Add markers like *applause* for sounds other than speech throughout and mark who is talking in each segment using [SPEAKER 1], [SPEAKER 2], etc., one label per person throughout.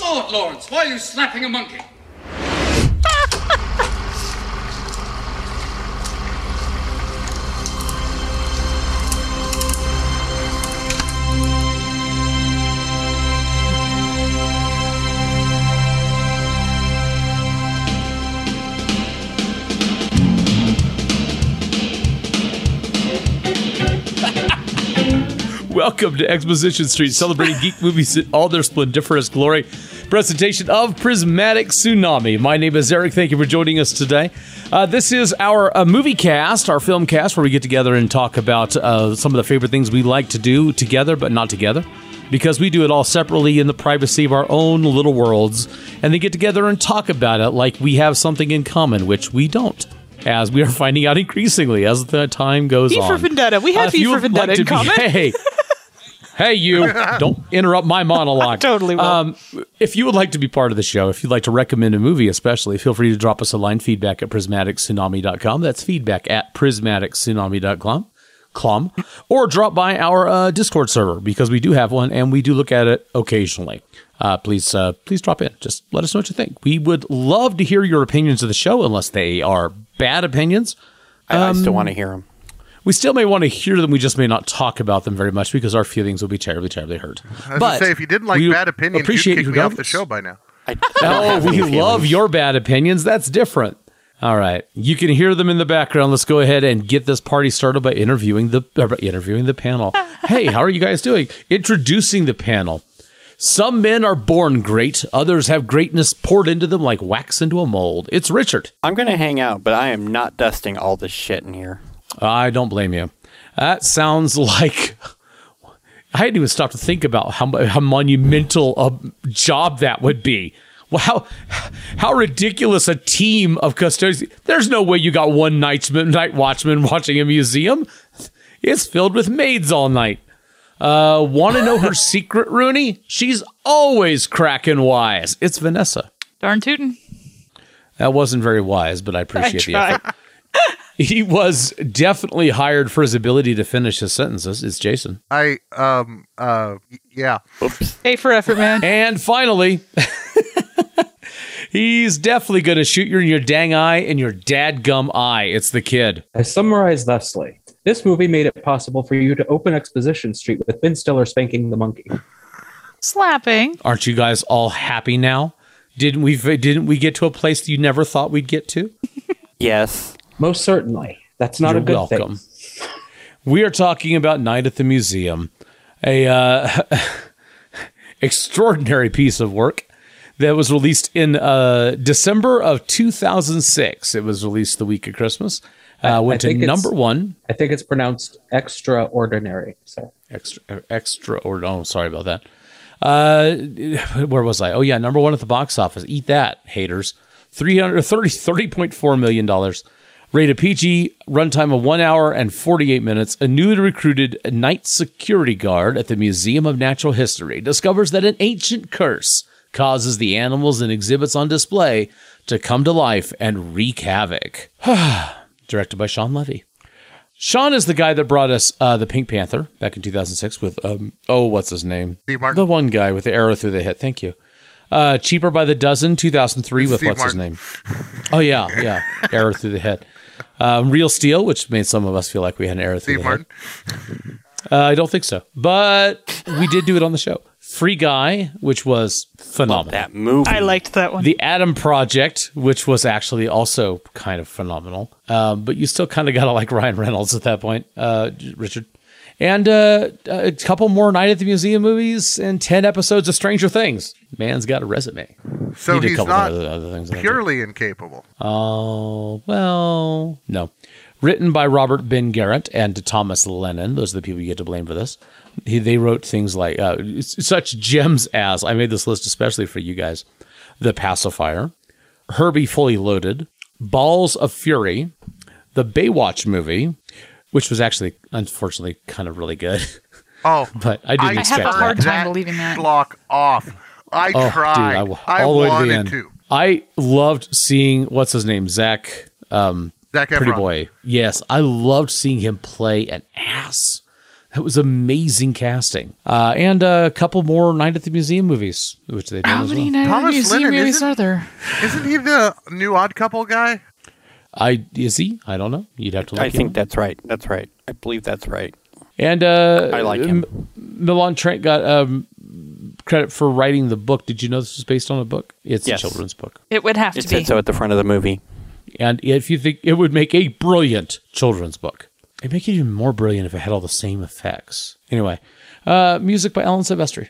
[SPEAKER 1] Lord, Lawrence, why are you slapping a monkey?
[SPEAKER 2] Welcome to Exposition Street, celebrating geek movies in all their splendiferous glory. Presentation of Prismatic Tsunami. My name is Eric. Thank you for joining us today. Uh, this is our uh, movie cast, our film cast, where we get together and talk about uh, some of the favorite things we like to do together, but not together, because we do it all separately in the privacy of our own little worlds, and then get together and talk about it like we have something in common, which we don't. As we are finding out increasingly as the time goes
[SPEAKER 3] V
[SPEAKER 2] on.
[SPEAKER 3] for Vendetta. We
[SPEAKER 2] Uh,
[SPEAKER 3] had
[SPEAKER 2] if
[SPEAKER 3] V
[SPEAKER 2] you
[SPEAKER 3] for
[SPEAKER 2] would
[SPEAKER 3] Vendetta
[SPEAKER 2] like to
[SPEAKER 3] in
[SPEAKER 2] be-
[SPEAKER 3] common.
[SPEAKER 2] *laughs* hey, hey,
[SPEAKER 3] *laughs*
[SPEAKER 2] you! Don't interrupt my monologue.
[SPEAKER 3] Totally will.
[SPEAKER 2] Um, if you would like to be part of the show, if you'd like to recommend a movie, especially, feel free to drop us a line. Feedback at prismatictsunami.com. That's feedback at prismatictsunami.com. Clum, or drop by our uh, Discord server because we do have one and we do look at it occasionally. Uh, please, uh, please drop in. Just let us know what you think. We would love to hear your opinions of the show, unless they are bad opinions. Um,
[SPEAKER 4] I, I still want to hear him.
[SPEAKER 2] We still may want to hear them. We just may not talk about them very much because our feelings will be terribly, terribly hurt.
[SPEAKER 5] I was
[SPEAKER 2] but
[SPEAKER 5] gonna say, if you didn't like
[SPEAKER 2] we
[SPEAKER 5] bad opinions, you'd
[SPEAKER 2] appreciate
[SPEAKER 5] kick
[SPEAKER 2] you
[SPEAKER 5] me off the
[SPEAKER 2] regardless.
[SPEAKER 5] show by now.
[SPEAKER 4] I, I don't
[SPEAKER 2] *laughs* Oh,
[SPEAKER 4] have any
[SPEAKER 2] we love
[SPEAKER 4] feelings.
[SPEAKER 2] your bad opinions. That's different. All right, you can hear them in the background. Let's go ahead and get this party started by interviewing the uh, by interviewing the panel. hey, how are you guys doing? Introducing the panel. Some men are born great; others have greatness poured into them like wax into a mold. It's Richard.
[SPEAKER 4] I'm gonna hang out, but I am not dusting all this shit in here.
[SPEAKER 2] I don't blame you. That sounds *laughs* like I hadn't even stopped to think about how mu- how monumental a job that would be. Well, how how ridiculous a team of custodians. There's no way you got one night night watchman watching a museum. It's filled with maids all night. Uh, want to know her secret, Rooney? She's always cracking wise. It's Vanessa.
[SPEAKER 3] Darn tootin'.
[SPEAKER 2] That wasn't very wise, but I
[SPEAKER 3] I
[SPEAKER 2] appreciate the effort.
[SPEAKER 3] try.
[SPEAKER 2] He was definitely hired for his ability to finish his sentences. It's Jason.
[SPEAKER 5] I um uh y- yeah.
[SPEAKER 4] Oops.
[SPEAKER 3] A for effort, man.
[SPEAKER 2] And finally, he's definitely going to shoot you in your dang eye and your dadgum eye. It's the kid.
[SPEAKER 6] As summarized thusly, this movie made it possible for you to open Exposition Street with Ben Stiller spanking the monkey.
[SPEAKER 3] Slapping.
[SPEAKER 2] Aren't you guys all happy now? Didn't we didn't we get to a place you never thought we'd get to?
[SPEAKER 4] Yes.
[SPEAKER 6] Most certainly. That's not
[SPEAKER 2] You're
[SPEAKER 6] a good
[SPEAKER 2] welcome.
[SPEAKER 6] thing.
[SPEAKER 2] We are talking about Night at the Museum, a uh, *laughs* extraordinary piece of work that was released in uh, December of 2006. It was released the week of Christmas. Uh, went to
[SPEAKER 6] think it's-
[SPEAKER 2] number one.
[SPEAKER 6] I think it's pronounced extraordinary. So
[SPEAKER 2] Extra, extra, or oh, sorry about that. Uh, where was I? Oh yeah, number one at the box office. Eat that, haters. 330 $30.4 million dollars. Rated PG, runtime of one hour and 48 minutes. A newly recruited night security guard at the Museum of Natural History discovers that an ancient curse causes the animals and exhibits on display to come to life and wreak havoc.
[SPEAKER 7] *sighs*
[SPEAKER 2] Directed by Sean Levy. Sean is the guy that brought us uh, the Pink Panther back in 2006 with, um, oh, what's his name?
[SPEAKER 5] Steve Martin.
[SPEAKER 2] The one guy with the arrow through the head. Thank you. Uh, Cheaper by the Dozen, 2003 with
[SPEAKER 5] Steve
[SPEAKER 2] what's his
[SPEAKER 5] Martin.
[SPEAKER 2] name? *laughs* Oh, yeah, yeah. arrow through the head. Um, Real Steel, which made some of us feel like we had an arrow through
[SPEAKER 5] Steve
[SPEAKER 2] the
[SPEAKER 5] Martin.
[SPEAKER 2] head. Uh, I don't think so. But we did do it on the show. Free Guy, which was phenomenal.
[SPEAKER 4] That movie.
[SPEAKER 3] I liked that one.
[SPEAKER 2] The Atom Project, which was actually also kind of phenomenal, um, but you still kind of got to like Ryan Reynolds at that point, uh, Richard. And uh, a couple more Night at the Museum movies and 10 episodes of Stranger Things. Man's got a resume.
[SPEAKER 5] So
[SPEAKER 2] He did a
[SPEAKER 5] he's
[SPEAKER 2] couple
[SPEAKER 5] not
[SPEAKER 2] other, other things. I think.
[SPEAKER 5] purely incapable.
[SPEAKER 2] Oh, well, no. Written by Robert Ben Garrett and Thomas Lennon. Those are the people you get to blame for this. He, they wrote things like uh, s- such gems as I made this list especially for you guys The Pacifier, Herbie Fully Loaded, Balls of Fury, the Baywatch movie, which was actually, unfortunately, kind of really good. *laughs*
[SPEAKER 5] Oh,
[SPEAKER 2] But I didn't
[SPEAKER 5] I
[SPEAKER 3] have
[SPEAKER 2] expect
[SPEAKER 3] a
[SPEAKER 2] that.
[SPEAKER 3] hard time
[SPEAKER 5] that
[SPEAKER 3] believing that.
[SPEAKER 5] schlock off. I
[SPEAKER 2] Oh,
[SPEAKER 5] tried.
[SPEAKER 2] dude,
[SPEAKER 5] I,
[SPEAKER 2] all the way to the
[SPEAKER 5] wanted
[SPEAKER 2] end.
[SPEAKER 5] to.
[SPEAKER 2] I loved seeing what's his name, Zach. Um,
[SPEAKER 5] Zac
[SPEAKER 2] Pretty
[SPEAKER 5] Efron.
[SPEAKER 2] boy. Yes, I loved seeing him play an ass. That was amazing casting. Uh, and a couple more Night at the Museum movies, which they did
[SPEAKER 3] How
[SPEAKER 2] as
[SPEAKER 3] many
[SPEAKER 2] well.
[SPEAKER 3] Night at the
[SPEAKER 5] Thomas
[SPEAKER 3] Museum
[SPEAKER 5] Lennon,
[SPEAKER 3] movies
[SPEAKER 5] isn't-
[SPEAKER 3] are there?
[SPEAKER 5] Isn't he the new Odd Couple guy?
[SPEAKER 2] I is he? I don't know. You'd have to. Look
[SPEAKER 4] I think
[SPEAKER 2] him.
[SPEAKER 4] that's right. That's right. I believe that's right.
[SPEAKER 2] And uh,
[SPEAKER 4] I like him.
[SPEAKER 2] M- Milan Trent got um, credit for writing the book. Did you know this was based on a book? It's
[SPEAKER 4] Yes.
[SPEAKER 2] a children's book.
[SPEAKER 3] It would have
[SPEAKER 4] It
[SPEAKER 3] to be.
[SPEAKER 4] said so at the front of the movie.
[SPEAKER 2] And if you think it would make a brilliant children's book, it'd make it even more brilliant if it had all the same effects. Anyway, uh, music by Alan Silvestri,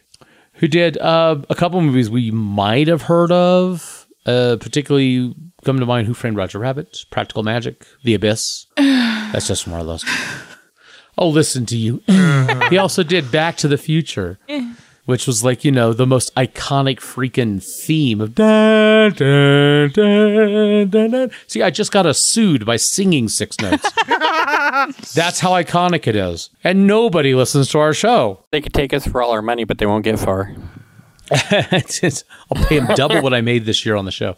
[SPEAKER 2] who did uh, a couple movies we might have heard of, uh, particularly come to mind Who Framed Roger Rabbit, Practical Magic, The Abyss. That's just one of those. I'll listen to you. *laughs* he also did Back to the Future, which was like, you know, the most iconic freaking theme of. Dun, dun, dun, dun, dun. See, I just got us sued by singing six notes. That's how iconic it is. And nobody listens to our show.
[SPEAKER 4] They could take us for all our money, but they won't get far.
[SPEAKER 2] *laughs* It's- it's- I'll pay him double what I made this year on the show.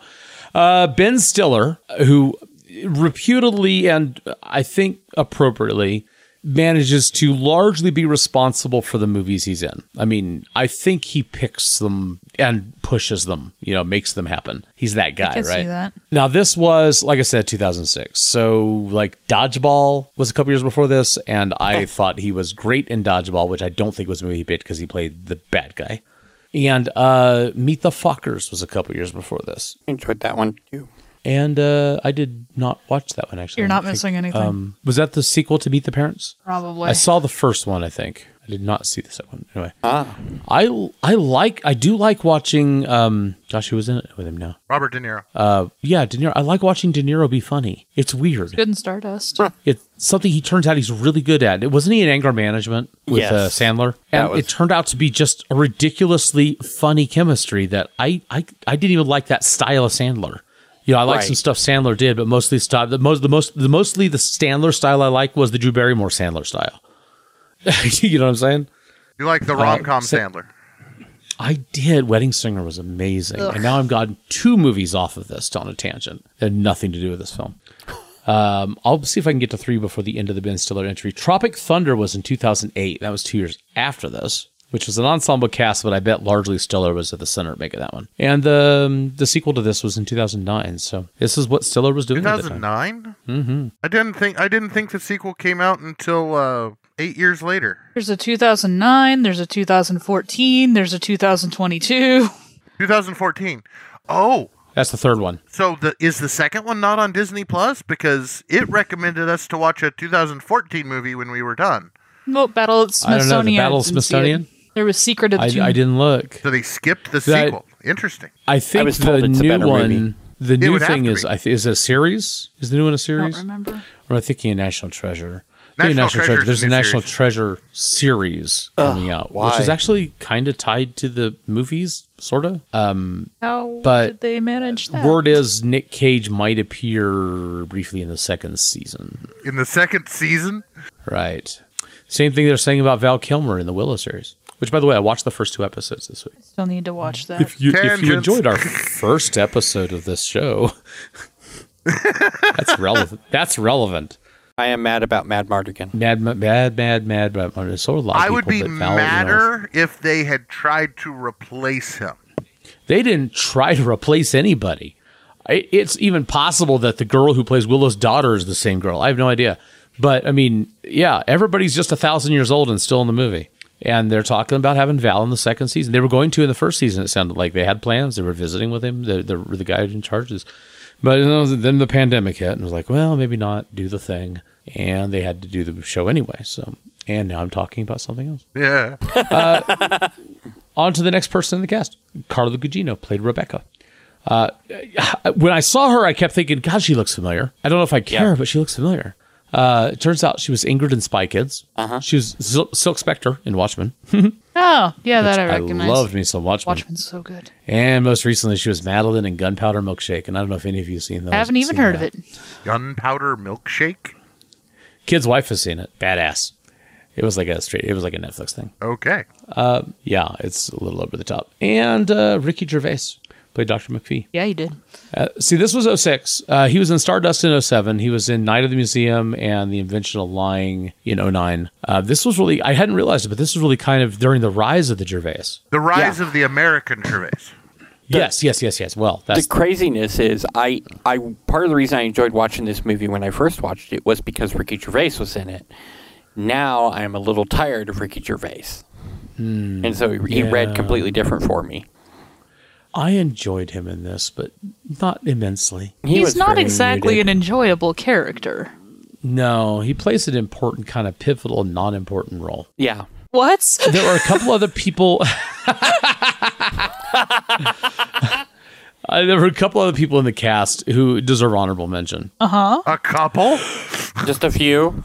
[SPEAKER 2] Uh, ben Stiller, who reputedly and I think appropriately manages to largely be responsible for the movies he's in. I mean, I think he picks them and pushes them, you know, makes them happen. He's that guy,
[SPEAKER 3] can see
[SPEAKER 2] right?
[SPEAKER 3] that.
[SPEAKER 2] Now, this was, like I said, 2006. So, like, Dodgeball was a couple years before this, and
[SPEAKER 4] Oh.
[SPEAKER 2] I thought he was great in Dodgeball, which I don't think was a movie he picked because he played the bad guy. And uh, Meet the Fockers was a couple years before this.
[SPEAKER 4] Enjoyed that one too.
[SPEAKER 2] And uh, I did not watch that one, actually.
[SPEAKER 3] You're
[SPEAKER 2] I don't
[SPEAKER 3] not missing anything.
[SPEAKER 2] Um, was that the sequel to Meet the Parents?
[SPEAKER 3] Probably.
[SPEAKER 2] I saw the first one, I think. I did not see the second one. Anyway. I, I like, I do like watching, um, gosh, who was in it with him now?
[SPEAKER 5] Robert De Niro.
[SPEAKER 2] Uh, yeah, De Niro. I like watching De Niro be funny. It's weird.
[SPEAKER 3] Good in Stardust.
[SPEAKER 2] *laughs* It's something he turns out he's really good at. It wasn't he in anger management with
[SPEAKER 4] Yes.
[SPEAKER 2] uh, Sandler,
[SPEAKER 4] That
[SPEAKER 2] and
[SPEAKER 4] was-
[SPEAKER 2] it turned out to be just a ridiculously funny chemistry that I I, I didn't even like that style of Sandler. You know, I like
[SPEAKER 4] Right.
[SPEAKER 2] some stuff Sandler did, but mostly style the most the most the mostly the Sandler style I like was the Drew Barrymore Sandler style. *laughs* you know what I'm saying?
[SPEAKER 5] You like the rom com
[SPEAKER 2] so-
[SPEAKER 5] Sandler.
[SPEAKER 2] I did. Wedding Singer was amazing. And now I've gotten two movies off of this on a tangent that had nothing to do with this film. Um, I'll see if I can get to three before the end of the Ben Stiller entry. Tropic Thunder was in 2008. That was two years after this, which was an ensemble cast, but I bet largely Stiller was at the center of making that one. And the, um, the sequel to this was in 2009. So this is what Stiller was doing. At the time.
[SPEAKER 5] 2009. Mm-hmm. I didn't think I didn't think the sequel came out until uh, eight years later.
[SPEAKER 3] There's a 2009, there's a 2014, there's a 2022.
[SPEAKER 5] 2014. Oh,
[SPEAKER 2] That's the third one.
[SPEAKER 5] so the is the second one not on Disney Plus because it recommended us to watch a 2014 movie when we were done.
[SPEAKER 3] Well, Battle at
[SPEAKER 2] I don't know,
[SPEAKER 3] Smithsonian. I didn't
[SPEAKER 2] the Battle at
[SPEAKER 3] see it.
[SPEAKER 2] Smithsonian?
[SPEAKER 3] There was Secret of the
[SPEAKER 2] I,
[SPEAKER 3] Tomb.
[SPEAKER 2] I didn't look.
[SPEAKER 5] So they skipped the
[SPEAKER 2] That-
[SPEAKER 5] sequel. Interesting.
[SPEAKER 2] I think
[SPEAKER 4] was
[SPEAKER 2] the
[SPEAKER 4] told it's a
[SPEAKER 2] new
[SPEAKER 4] better
[SPEAKER 2] one.
[SPEAKER 4] movie.
[SPEAKER 2] The new
[SPEAKER 5] would have
[SPEAKER 2] thing
[SPEAKER 5] to
[SPEAKER 2] is,
[SPEAKER 5] be.
[SPEAKER 2] I th- is it a series? Is the new one a
[SPEAKER 3] I
[SPEAKER 2] series?
[SPEAKER 3] don't remember.
[SPEAKER 2] Or I think a National Treasure. I think
[SPEAKER 5] National
[SPEAKER 2] National Treasure.
[SPEAKER 5] Treasure's
[SPEAKER 2] There's a
[SPEAKER 5] new
[SPEAKER 2] National
[SPEAKER 5] series.
[SPEAKER 2] Treasure series coming out, which is
[SPEAKER 4] why?
[SPEAKER 2] actually kind of tied to the movies, sort of. Um,
[SPEAKER 3] How
[SPEAKER 2] But-
[SPEAKER 3] did they manage that?
[SPEAKER 2] Word is Nick Cage might appear briefly in the second season.
[SPEAKER 5] In the second season,
[SPEAKER 2] Right. Same thing they're saying about Val Kilmer in the Willow series. Which, by the way, I watched the first two episodes this week.
[SPEAKER 3] Still need to watch that.
[SPEAKER 2] If you, if you
[SPEAKER 5] Tangents.
[SPEAKER 2] enjoyed our first episode of this show,
[SPEAKER 4] *laughs*
[SPEAKER 2] that's relevant. That's relevant.
[SPEAKER 4] I am mad about Mad Mardigan.
[SPEAKER 2] Mad, mad, mad, mad, mad. mad, mad. So a lot of
[SPEAKER 5] I would
[SPEAKER 2] people
[SPEAKER 5] be
[SPEAKER 2] that Val, you know,
[SPEAKER 5] madder if they had tried to replace him.
[SPEAKER 2] they didn't try to replace anybody. I- It's even possible that the girl who plays Willow's daughter is the same girl. I have no idea. But I mean, yeah, everybody's just a thousand years old and still in the movie. And they're talking about having Val in the second season. They were going to in the first season. It sounded like they had plans. They were visiting with him. The the, the guy in charge is, but you know, then the pandemic hit and it was like, well, maybe not do the thing. And they had to do the show anyway. So, and now I'm talking about something else.
[SPEAKER 5] Yeah.
[SPEAKER 8] Uh,
[SPEAKER 2] On to the next person in the cast. Carla Gugino played Rebecca. Uh, when I saw her, I kept thinking, God, she looks familiar. I don't know if I care, but she looks familiar. Uh, it turns out she was Ingrid in Spy Kids. She was Sil- Silk Spectre in Watchmen. *laughs*
[SPEAKER 3] oh, yeah, that I
[SPEAKER 2] I
[SPEAKER 3] recognize.
[SPEAKER 2] loved me some Watchmen.
[SPEAKER 3] Watchmen's so good.
[SPEAKER 2] And most recently, she was Madeline in Gunpowder Milkshake. And I don't know if any of you have seen those.
[SPEAKER 3] I haven't e-, even
[SPEAKER 2] seen
[SPEAKER 3] heard of
[SPEAKER 2] that.
[SPEAKER 3] it.
[SPEAKER 5] Gunpowder milkshake.
[SPEAKER 2] Kid's wife has seen it. Badass. It was like a straight. It was like a Netflix thing.
[SPEAKER 5] Okay.
[SPEAKER 2] Yeah, it's a little over the top. And uh, Ricky Gervais uh, Played Dr. McPhee.
[SPEAKER 3] Yeah, you did.
[SPEAKER 2] Uh, see, this was 06. Uh, he was in Stardust in 07. He was in Night of the Museum and The Invention of Lying in 09. Uh, this was really, I hadn't realized it, but this was really kind of during the rise of the Gervais.
[SPEAKER 5] The rise of the American Gervais.
[SPEAKER 2] yes, yes, yes, yes. Well, that's
[SPEAKER 4] the craziness is I I part of the reason I enjoyed watching this movie when I first watched it was because Ricky Gervais was in it. Now I'm a little tired of Ricky Gervais,
[SPEAKER 2] hmm,
[SPEAKER 4] and so he, he
[SPEAKER 2] Mm. yeah.
[SPEAKER 4] read completely different for me.
[SPEAKER 2] I enjoyed him in this, but not immensely.
[SPEAKER 4] He
[SPEAKER 3] He's
[SPEAKER 4] was
[SPEAKER 3] not
[SPEAKER 4] very
[SPEAKER 3] exactly
[SPEAKER 4] muted.
[SPEAKER 3] an enjoyable character.
[SPEAKER 2] No, he plays an important, kind of pivotal, non important role.
[SPEAKER 4] yeah.
[SPEAKER 3] What?
[SPEAKER 2] There were a couple other people. Uh, there were a couple other people in the cast who deserve honorable mention.
[SPEAKER 3] Uh-huh.
[SPEAKER 5] A couple?
[SPEAKER 4] *laughs* Just a few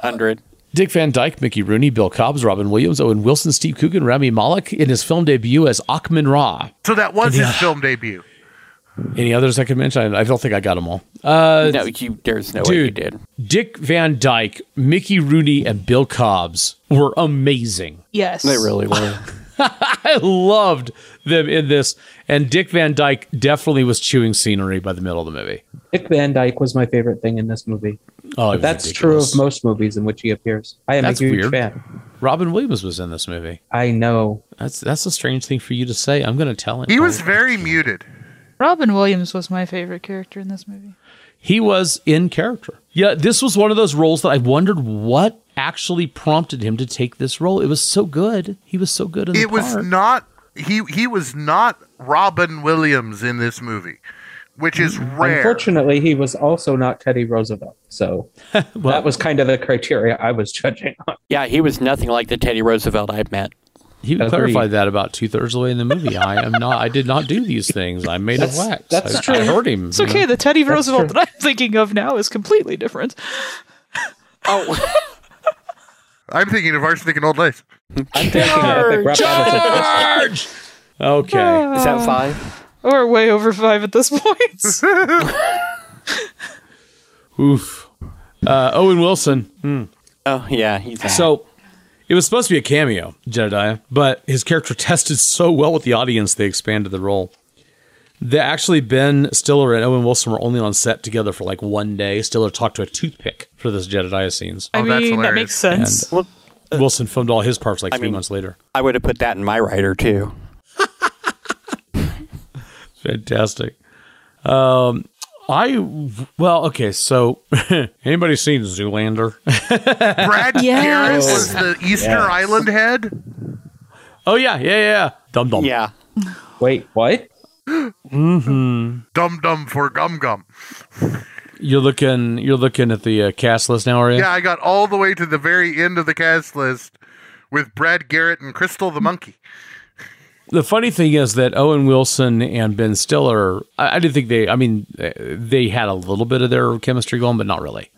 [SPEAKER 4] hundred.
[SPEAKER 2] Dick Van Dyke, Mickey Rooney, Bill Cobbs, Robin Williams, Owen Wilson, Steve Coogan, Rami Malek in his film debut as Achman Ra.
[SPEAKER 5] So that was his film debut.
[SPEAKER 2] Any others I could mention? I I don't think I got them all. Uh,
[SPEAKER 4] no, you. There's no way you
[SPEAKER 2] dude.
[SPEAKER 4] did.
[SPEAKER 2] Dick Van Dyke, Mickey Rooney, and Bill Cobbs were amazing.
[SPEAKER 3] *laughs*
[SPEAKER 2] *laughs*
[SPEAKER 3] yes.
[SPEAKER 4] They really were.
[SPEAKER 2] I loved them in this. And Dick Van Dyke definitely was chewing scenery by the middle of the movie.
[SPEAKER 6] Dick Van Dyke was my favorite thing in this movie.
[SPEAKER 2] Oh, it was
[SPEAKER 6] That's
[SPEAKER 2] ridiculous.
[SPEAKER 6] true of most movies in which he appears. I am
[SPEAKER 2] That's
[SPEAKER 6] a huge
[SPEAKER 2] weird.
[SPEAKER 6] fan.
[SPEAKER 2] Robin Williams was in this movie.
[SPEAKER 6] I know.
[SPEAKER 2] That's that's a strange thing for you to say. I'm going to tell him.
[SPEAKER 5] He was very muted.
[SPEAKER 3] Robin Williams was my favorite character in this movie.
[SPEAKER 2] he was in character. Yeah, this was one of those roles that I wondered what actually prompted him to take this role. It was so good. He was so good in the
[SPEAKER 5] It was
[SPEAKER 2] part.
[SPEAKER 5] not he he was not Robin Williams in this movie, which is rare.
[SPEAKER 6] Unfortunately, he was also not Teddy Roosevelt.
[SPEAKER 2] *laughs*
[SPEAKER 6] So that was kind of the criteria I was judging on.
[SPEAKER 4] Yeah, he was nothing like the Teddy Roosevelt I've met.
[SPEAKER 2] He
[SPEAKER 6] Agreed.
[SPEAKER 2] clarified that about two thirds of the way in the movie. I am not. I did not do these things. I made
[SPEAKER 6] That's-
[SPEAKER 2] of wax.
[SPEAKER 6] that's
[SPEAKER 2] I,
[SPEAKER 6] true.
[SPEAKER 2] I hurt him.
[SPEAKER 3] It's okay. The Teddy Roosevelt
[SPEAKER 6] true.
[SPEAKER 3] that I'm thinking of now is completely
[SPEAKER 2] *laughs*
[SPEAKER 3] different.
[SPEAKER 4] Oh,
[SPEAKER 5] I'm thinking of Arsenic and Old Lace.
[SPEAKER 6] I'm thinking that they brought out as a
[SPEAKER 3] *laughs*
[SPEAKER 2] Charge!
[SPEAKER 3] Oh.
[SPEAKER 2] Okay.
[SPEAKER 4] is that five?
[SPEAKER 3] We're Ah. way over five at this
[SPEAKER 2] *laughs*
[SPEAKER 3] point.
[SPEAKER 2] Oof. Uh, Owen Wilson.
[SPEAKER 4] Oh yeah, he's out.
[SPEAKER 2] So it was supposed to be a cameo, Jedediah, but his character tested so well with the audience they expanded the role. They actually Ben Stiller and Owen Wilson were only on set together for like one day. Stiller talked to a toothpick for this Jedediah scenes.
[SPEAKER 3] I
[SPEAKER 5] Oh, that's
[SPEAKER 3] mean, that
[SPEAKER 5] hilarious.
[SPEAKER 3] makes sense.
[SPEAKER 4] Well,
[SPEAKER 2] Wilson filmed all his parts like three
[SPEAKER 4] mean-
[SPEAKER 2] months later.
[SPEAKER 4] I would have put that in my writer too.
[SPEAKER 2] Fantastic. Um, I well, okay. So, *laughs* anybody seen Zoolander?
[SPEAKER 5] Brad
[SPEAKER 3] Yes.
[SPEAKER 5] Garrett was the Easter
[SPEAKER 6] Yes.
[SPEAKER 5] Island head.
[SPEAKER 2] oh yeah, yeah, yeah. Dum dum.
[SPEAKER 4] Yeah,
[SPEAKER 6] Wait, what?
[SPEAKER 5] Dum dum for gum gum.
[SPEAKER 2] Mm-hmm. You're looking. You're looking at the uh, cast list now, are you?
[SPEAKER 5] Yeah, I got all the way to the very end of the cast list with Brad Garrett and Crystal the monkey.
[SPEAKER 2] The funny thing is that Owen Wilson and Ben Stiller, I, I didn't think they, I mean, eh, they had a little bit of their chemistry going, but not really.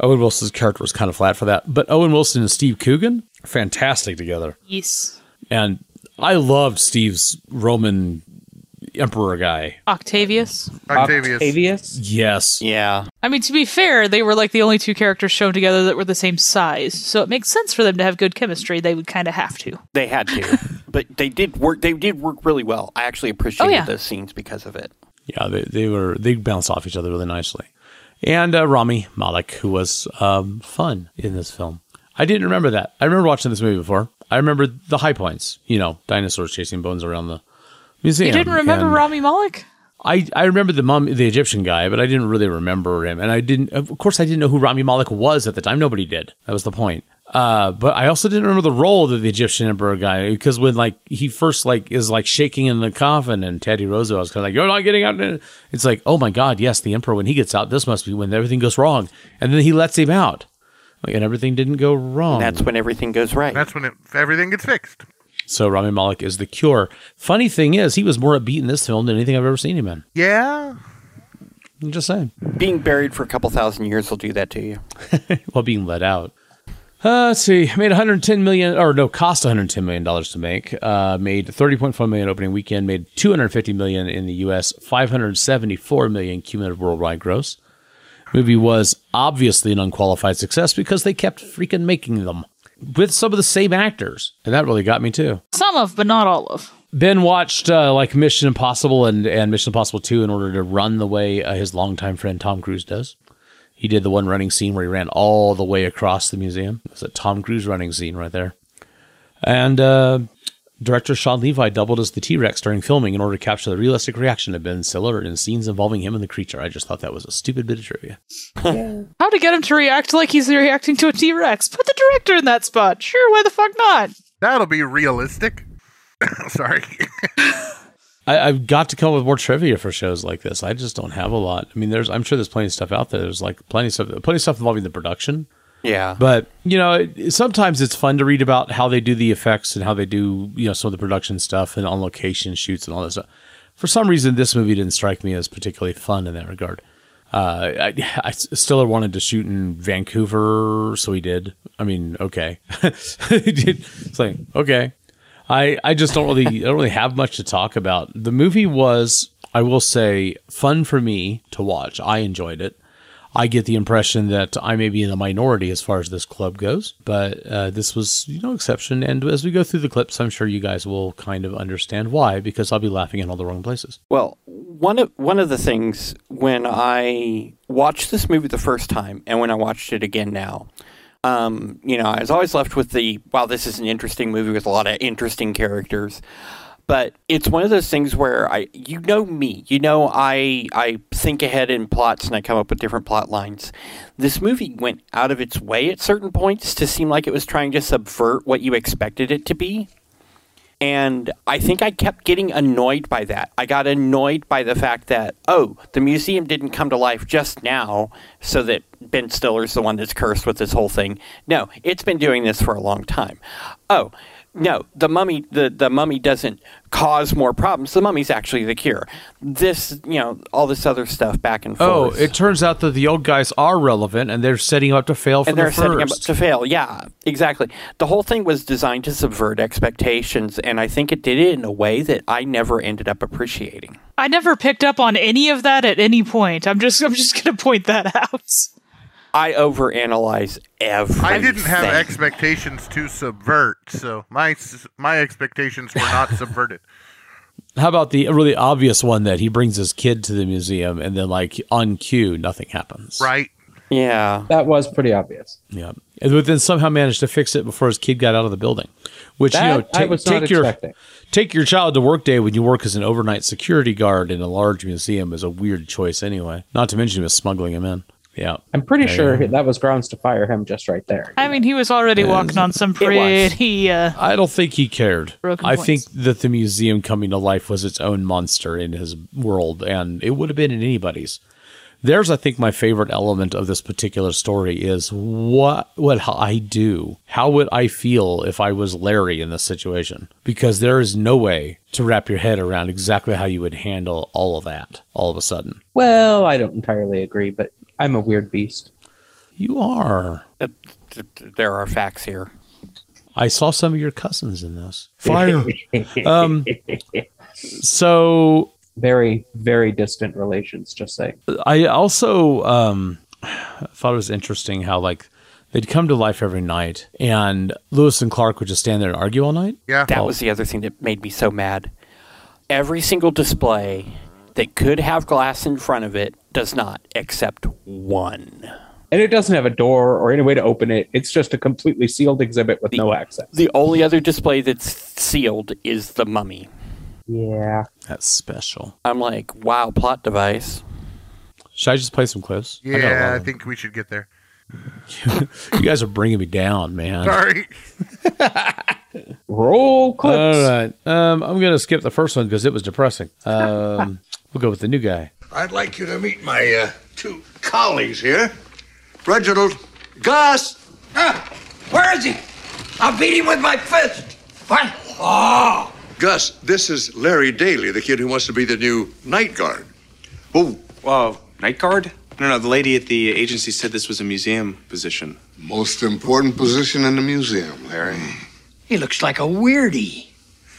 [SPEAKER 2] Owen Wilson's character was kind of flat for that. But Owen Wilson and Steve Coogan, fantastic together.
[SPEAKER 3] Yes.
[SPEAKER 2] And I loved Steve's Roman emperor guy.
[SPEAKER 3] Octavius.
[SPEAKER 5] Octavius.
[SPEAKER 2] Yes.
[SPEAKER 4] yeah.
[SPEAKER 3] I mean, to be fair, they were like the only two characters shown together that were the same size, so it makes sense for them to have good chemistry. They would kind of have to.
[SPEAKER 4] They had
[SPEAKER 2] *laughs*
[SPEAKER 4] to, but they did work. They did work really well. I actually appreciated
[SPEAKER 2] Oh,
[SPEAKER 3] yeah.
[SPEAKER 4] those scenes because of it.
[SPEAKER 2] Yeah, they, they were, they bounced off each other really nicely. And uh, Rami Malek, who was um, fun in this film. I didn't remember that. I remember watching this movie before. I remember the high points, you know, dinosaurs chasing bones around the museum.
[SPEAKER 3] You didn't remember
[SPEAKER 2] And
[SPEAKER 3] Rami Malek?
[SPEAKER 2] I, I remember the mum, the Egyptian guy, but I didn't really remember him. And I didn't, of course, I didn't know who Rami Malek was at the time. Nobody did. That was the point. Uh, but I also didn't remember the role that the Egyptian emperor guy, because when like he first like is like shaking in the coffin and Teddy Roosevelt was kind of like, you're not getting out. It's like, oh my God, yes, the emperor, when he gets out, this must be when everything goes wrong. And then he lets him out. Like, and everything didn't go wrong.
[SPEAKER 4] That's when everything goes right.
[SPEAKER 5] That's when it, everything gets fixed.
[SPEAKER 2] so Rami Malek is the cure. Funny thing is, he was more upbeat in this film than anything I've ever seen him in.
[SPEAKER 5] Yeah.
[SPEAKER 2] I'm just saying.
[SPEAKER 4] Being buried for a couple thousand years will do that to you.
[SPEAKER 2] while being let out. Uh, let's see, made 110 million, or no, cost 110 million dollars to make. Uh, made 30.4 million opening weekend. Made 250 million in the U.S. 574 million cumulative worldwide gross. Movie was obviously an unqualified success because they kept freaking making them with some of the same actors, and that really got me too.
[SPEAKER 3] Some of, but not all of.
[SPEAKER 2] Ben watched uh, like Mission Impossible and, and Mission Impossible 2 in order to run the way uh, his longtime friend Tom Cruise does. He did the one running scene where he ran all the way across the museum. It's a Tom Cruise running scene right there. And uh, director Sean Levi doubled as the T Rex during filming in order to capture the realistic reaction of Ben Stiller in scenes involving him and the creature. I just thought that was a stupid bit of trivia.
[SPEAKER 3] *laughs* How to get him to react like he's reacting to a T Rex? Put the director in that spot. Sure, why the fuck not?
[SPEAKER 5] That'll be realistic. *laughs* Sorry.
[SPEAKER 2] I, I've got to come up with more trivia for shows like this. I just don't have a lot. I mean, there's I'm sure there's plenty of stuff out there. There's like plenty of stuff, plenty of stuff involving the production.
[SPEAKER 4] Yeah.
[SPEAKER 2] But you know, it, sometimes it's fun to read about how they do the effects and how they do you know some of the production stuff and on location shoots and all that stuff. For some reason, this movie didn't strike me as particularly fun in that regard. Uh, I, I s- Stiller wanted to shoot in Vancouver, so he did. I mean, okay, *laughs* he did. It's like okay. I, I just don't really I don't really have much to talk about. The movie was, I will say, fun for me to watch. I enjoyed it. I get the impression that I may be in the minority as far as this club goes, but uh, this was you know exception. And as we go through the clips, I'm sure you guys will kind of understand why because I'll be laughing in all the wrong places.
[SPEAKER 4] Well, one of one of the things when I watched this movie the first time, and when I watched it again now, um, you know, I was always left with the wow, this is an interesting movie with a lot of interesting characters. But it's one of those things where I, you know me, you know I, I think ahead in plots and I come up with different plot lines. This movie went out of its way at certain points to seem like it was trying to subvert what you expected it to be. And I think I kept getting annoyed by that. I got annoyed by the fact that, oh, the museum didn't come to life just now so that Ben Stiller's the one that's cursed with this whole thing. No, it's been doing this for a long time. Oh, no, the mummy the, the mummy doesn't cause more problems. The mummy's actually the cure. This you know, all this other stuff back and forth.
[SPEAKER 2] Oh, it turns out that the old guys are relevant and they're setting up to fail for
[SPEAKER 4] and they're
[SPEAKER 2] Oh, the
[SPEAKER 4] setting up
[SPEAKER 2] first.
[SPEAKER 4] to fail. Yeah, exactly. The whole thing was designed to subvert expectations, and I think it did it in a way that I never ended up appreciating.
[SPEAKER 3] I never picked up on any of that at any point. I'm just I'm just *laughs* gonna point that out.
[SPEAKER 4] I overanalyze everything.
[SPEAKER 5] I didn't have expectations to subvert, so my s- my expectations were
[SPEAKER 6] *laughs*
[SPEAKER 5] not subverted.
[SPEAKER 2] How about the really obvious one that he brings his kid to the museum and then like on cue, nothing happens.
[SPEAKER 5] Right?
[SPEAKER 4] Yeah,
[SPEAKER 6] That was pretty obvious.
[SPEAKER 2] Yeah, and but then somehow managed to fix it before his kid got out of the building. Which
[SPEAKER 6] That
[SPEAKER 2] you know,
[SPEAKER 6] I
[SPEAKER 2] take,
[SPEAKER 6] was not
[SPEAKER 2] take your
[SPEAKER 6] expecting.
[SPEAKER 2] take your child to work day when you work as an overnight security guard in a large museum is a weird choice anyway. Not to mention he was smuggling him in. Yeah,
[SPEAKER 6] I'm pretty sure that was grounds to fire him just right there.
[SPEAKER 3] I mean, he was already walking on some pretty. Uh,
[SPEAKER 2] I don't think he cared.
[SPEAKER 3] Broken
[SPEAKER 2] I
[SPEAKER 3] points.
[SPEAKER 2] think that the museum coming to life was its own monster in his world, and it would have been in anybody's. There's, I think, my favorite element of this particular story is what would I do? How would I feel if I was Larry in this situation? Because there is no way to wrap your head around exactly how you would handle all of that all of a sudden.
[SPEAKER 6] Well, I don't entirely agree, but I'm a weird beast.
[SPEAKER 2] You are.
[SPEAKER 4] Uh, th- th- there are facts here.
[SPEAKER 2] I saw some of your cousins in this. Fire. *laughs* *laughs* um, so
[SPEAKER 6] Very, very distant relations, just say.
[SPEAKER 2] I also um, *sighs* thought it was interesting how like they'd come to life every night, and Lewis and Clark would just stand there and argue all night. Oh.
[SPEAKER 5] Yeah.
[SPEAKER 4] That was the other thing that made me so mad. Every single display that could have glass in front of it does not, except one.
[SPEAKER 6] And it doesn't have a door or any way to open it. It's just a completely sealed exhibit with no access.
[SPEAKER 4] The only other display that's sealed is the mummy.
[SPEAKER 6] Yeah.
[SPEAKER 2] That's special.
[SPEAKER 4] I'm like, wow, plot device.
[SPEAKER 2] Should I just play some clips? I got a lot
[SPEAKER 5] Yeah, I,
[SPEAKER 2] of
[SPEAKER 5] think we should get there.
[SPEAKER 2] them. you guys are bringing me down, man.
[SPEAKER 5] Sorry. *laughs*
[SPEAKER 6] Roll clips.
[SPEAKER 2] All right, um, I'm gonna skip the first one because it was depressing.
[SPEAKER 4] *laughs*
[SPEAKER 2] Um, we'll go with the new guy.
[SPEAKER 8] I'd like you to meet my uh, two colleagues here. Reginald. Gus!
[SPEAKER 1] Ah, where is he? I'll beat him with my fist. What? Oh,
[SPEAKER 8] Ah. Gus, this is Larry Daly, the kid who wants to be the new night guard. Oh,
[SPEAKER 9] Uh, night guard? No, no, the lady at the agency said this was a museum position.
[SPEAKER 10] Most important position in the museum, Larry.
[SPEAKER 1] he looks like a
[SPEAKER 10] *laughs*
[SPEAKER 1] weirdie.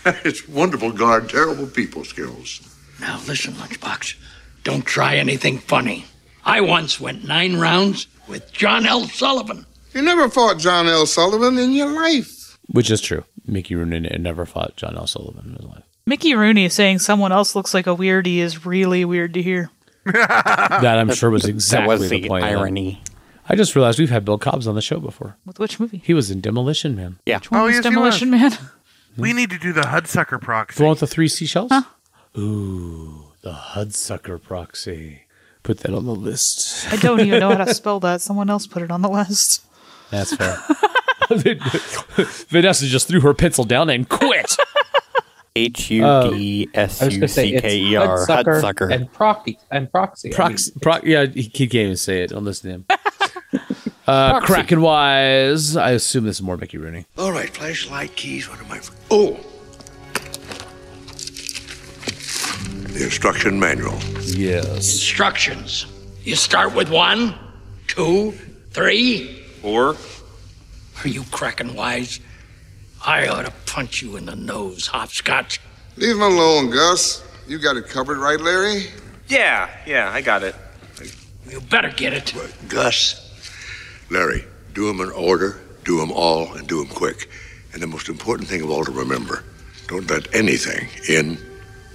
[SPEAKER 8] it's wonderful guard, terrible people skills.
[SPEAKER 1] Now listen, Lunchbox. Don't try anything funny. I once went nine rounds with John L. Sullivan.
[SPEAKER 10] You never fought John L. Sullivan in your life.
[SPEAKER 2] Which is true. Mickey Rooney never fought John L. Sullivan in his life.
[SPEAKER 3] Mickey Rooney saying someone else looks like a weirdie is really weird
[SPEAKER 5] *laughs*
[SPEAKER 3] to hear.
[SPEAKER 5] Ah.
[SPEAKER 2] That I'm sure was
[SPEAKER 4] That
[SPEAKER 2] exactly
[SPEAKER 4] was
[SPEAKER 2] the,
[SPEAKER 4] the
[SPEAKER 2] point. of that.
[SPEAKER 4] irony.
[SPEAKER 2] I just realized we've had Bill Cobbs on the show before.
[SPEAKER 3] With which movie?
[SPEAKER 2] He was in Demolition Man.
[SPEAKER 4] Yeah.
[SPEAKER 3] Which one
[SPEAKER 5] Oh,
[SPEAKER 3] was
[SPEAKER 5] yes, he
[SPEAKER 3] Demolition Man?
[SPEAKER 5] *laughs* We need to do the Hudsucker
[SPEAKER 2] The
[SPEAKER 5] proxy.
[SPEAKER 2] one with the three seashells? Ooh, the Hudsucker proxy. Put that on the list.
[SPEAKER 3] I don't even know
[SPEAKER 2] *laughs*
[SPEAKER 3] how to spell that. Someone else put it on the list.
[SPEAKER 2] That's fair. *laughs* Vanessa just threw her pencil down and quit.
[SPEAKER 4] H U D S
[SPEAKER 6] I was
[SPEAKER 4] U
[SPEAKER 6] gonna say
[SPEAKER 4] C
[SPEAKER 6] it's
[SPEAKER 4] K E R.
[SPEAKER 6] Hudsucker
[SPEAKER 4] Hudsucker.
[SPEAKER 6] and proxy
[SPEAKER 2] *laughs*
[SPEAKER 6] and proxy. I
[SPEAKER 2] Prox, pro, yeah, he, he can't even say it. Don't listen to him. Uh, Kraken wise, I assume this is more Mickey Rooney.
[SPEAKER 8] All right, flashlight keys. What am I? Oh, the instruction manual.
[SPEAKER 2] Yes.
[SPEAKER 1] Instructions. You start with one, two, three.
[SPEAKER 9] Or
[SPEAKER 1] Are you cracking wise? I uh, ought to punch you in the nose, hopscotch.
[SPEAKER 10] Leave him alone, Gus. You got it covered, right, Larry?
[SPEAKER 9] yeah, yeah, I got it.
[SPEAKER 1] You better get it.
[SPEAKER 8] But Gus, Larry, do them in order, do them all, and do them quick. And the most important thing of all to remember don't let anything in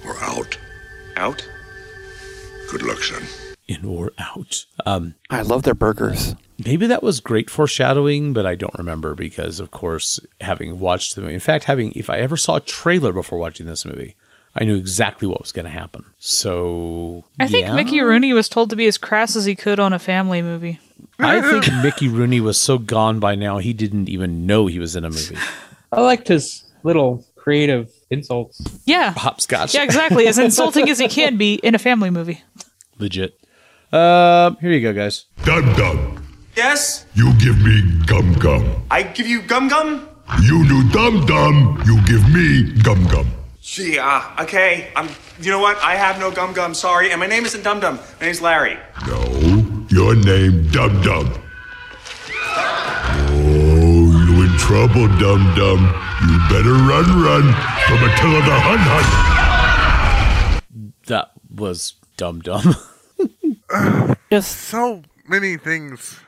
[SPEAKER 8] or out.
[SPEAKER 9] Out.
[SPEAKER 8] Good luck, son.
[SPEAKER 2] In or out. Um,
[SPEAKER 4] I love their burgers.
[SPEAKER 2] maybe that was great foreshadowing, but I don't remember because, of course, having watched the movie, in fact, having, if I ever saw a trailer before watching this movie, I knew exactly what was going to happen. So,
[SPEAKER 3] I think
[SPEAKER 2] yeah.
[SPEAKER 3] Mickey Rooney was told to be as crass as he could on a family movie.
[SPEAKER 2] I think Mickey Rooney was so gone by now, he didn't even know he was in a movie.
[SPEAKER 6] I liked his little creative insults.
[SPEAKER 3] *laughs* Yeah.
[SPEAKER 2] Hopscotch.
[SPEAKER 3] Yeah, exactly. As insulting as he can be in a family movie.
[SPEAKER 2] Legit. Um, here you go, guys.
[SPEAKER 11] Dum Dum,
[SPEAKER 9] Yes.
[SPEAKER 11] you give me gum gum.
[SPEAKER 9] I give you gum gum.
[SPEAKER 11] You do Dum Dum, you give me gum gum.
[SPEAKER 9] Gee, ah, okay. I'm. You know what? I have no gum gum. Sorry. And my name isn't Dum Dum. My name's Larry.
[SPEAKER 11] No, your name Dum Dum. Oh, you in trouble, Dum Dum. You better run, run from Attila the Hun Hun.
[SPEAKER 2] *laughs* That was dumb dumb.
[SPEAKER 4] Just
[SPEAKER 5] So many things.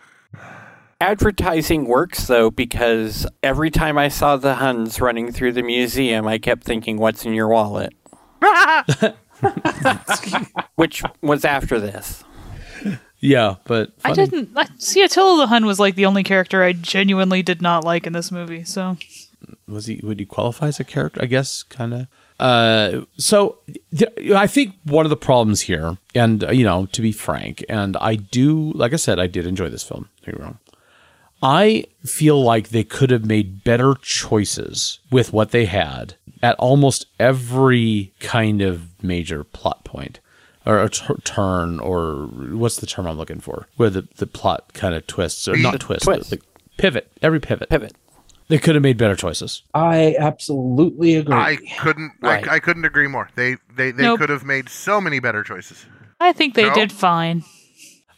[SPEAKER 4] advertising works though because every time I saw the Huns running through the museum, I kept thinking, "What's in your wallet?" Which was after this.
[SPEAKER 2] yeah, but
[SPEAKER 3] I
[SPEAKER 2] funny.
[SPEAKER 3] didn't. I, see, Attila the Hun was like the only character I genuinely did not like in this movie. So
[SPEAKER 2] was he would he qualify as a character? I guess kind of. Uh, so th- I think one of the problems here, and uh, you know, to be frank, and I do, like I said, I did enjoy this film. Don't get me wrong. I feel like they could have made better choices with what they had at almost every kind of major plot point or a t- turn or what's the term I'm looking for where the, the plot kind of twists or not twists,
[SPEAKER 4] twist.
[SPEAKER 2] but like pivot, every pivot.
[SPEAKER 4] Pivot.
[SPEAKER 2] They could have made better choices.
[SPEAKER 6] I absolutely agree.
[SPEAKER 5] I couldn't.
[SPEAKER 4] Right.
[SPEAKER 5] I, I couldn't agree more. They they, they
[SPEAKER 3] Nope.
[SPEAKER 5] could have made so many better choices.
[SPEAKER 3] I think they
[SPEAKER 5] No?
[SPEAKER 3] did fine.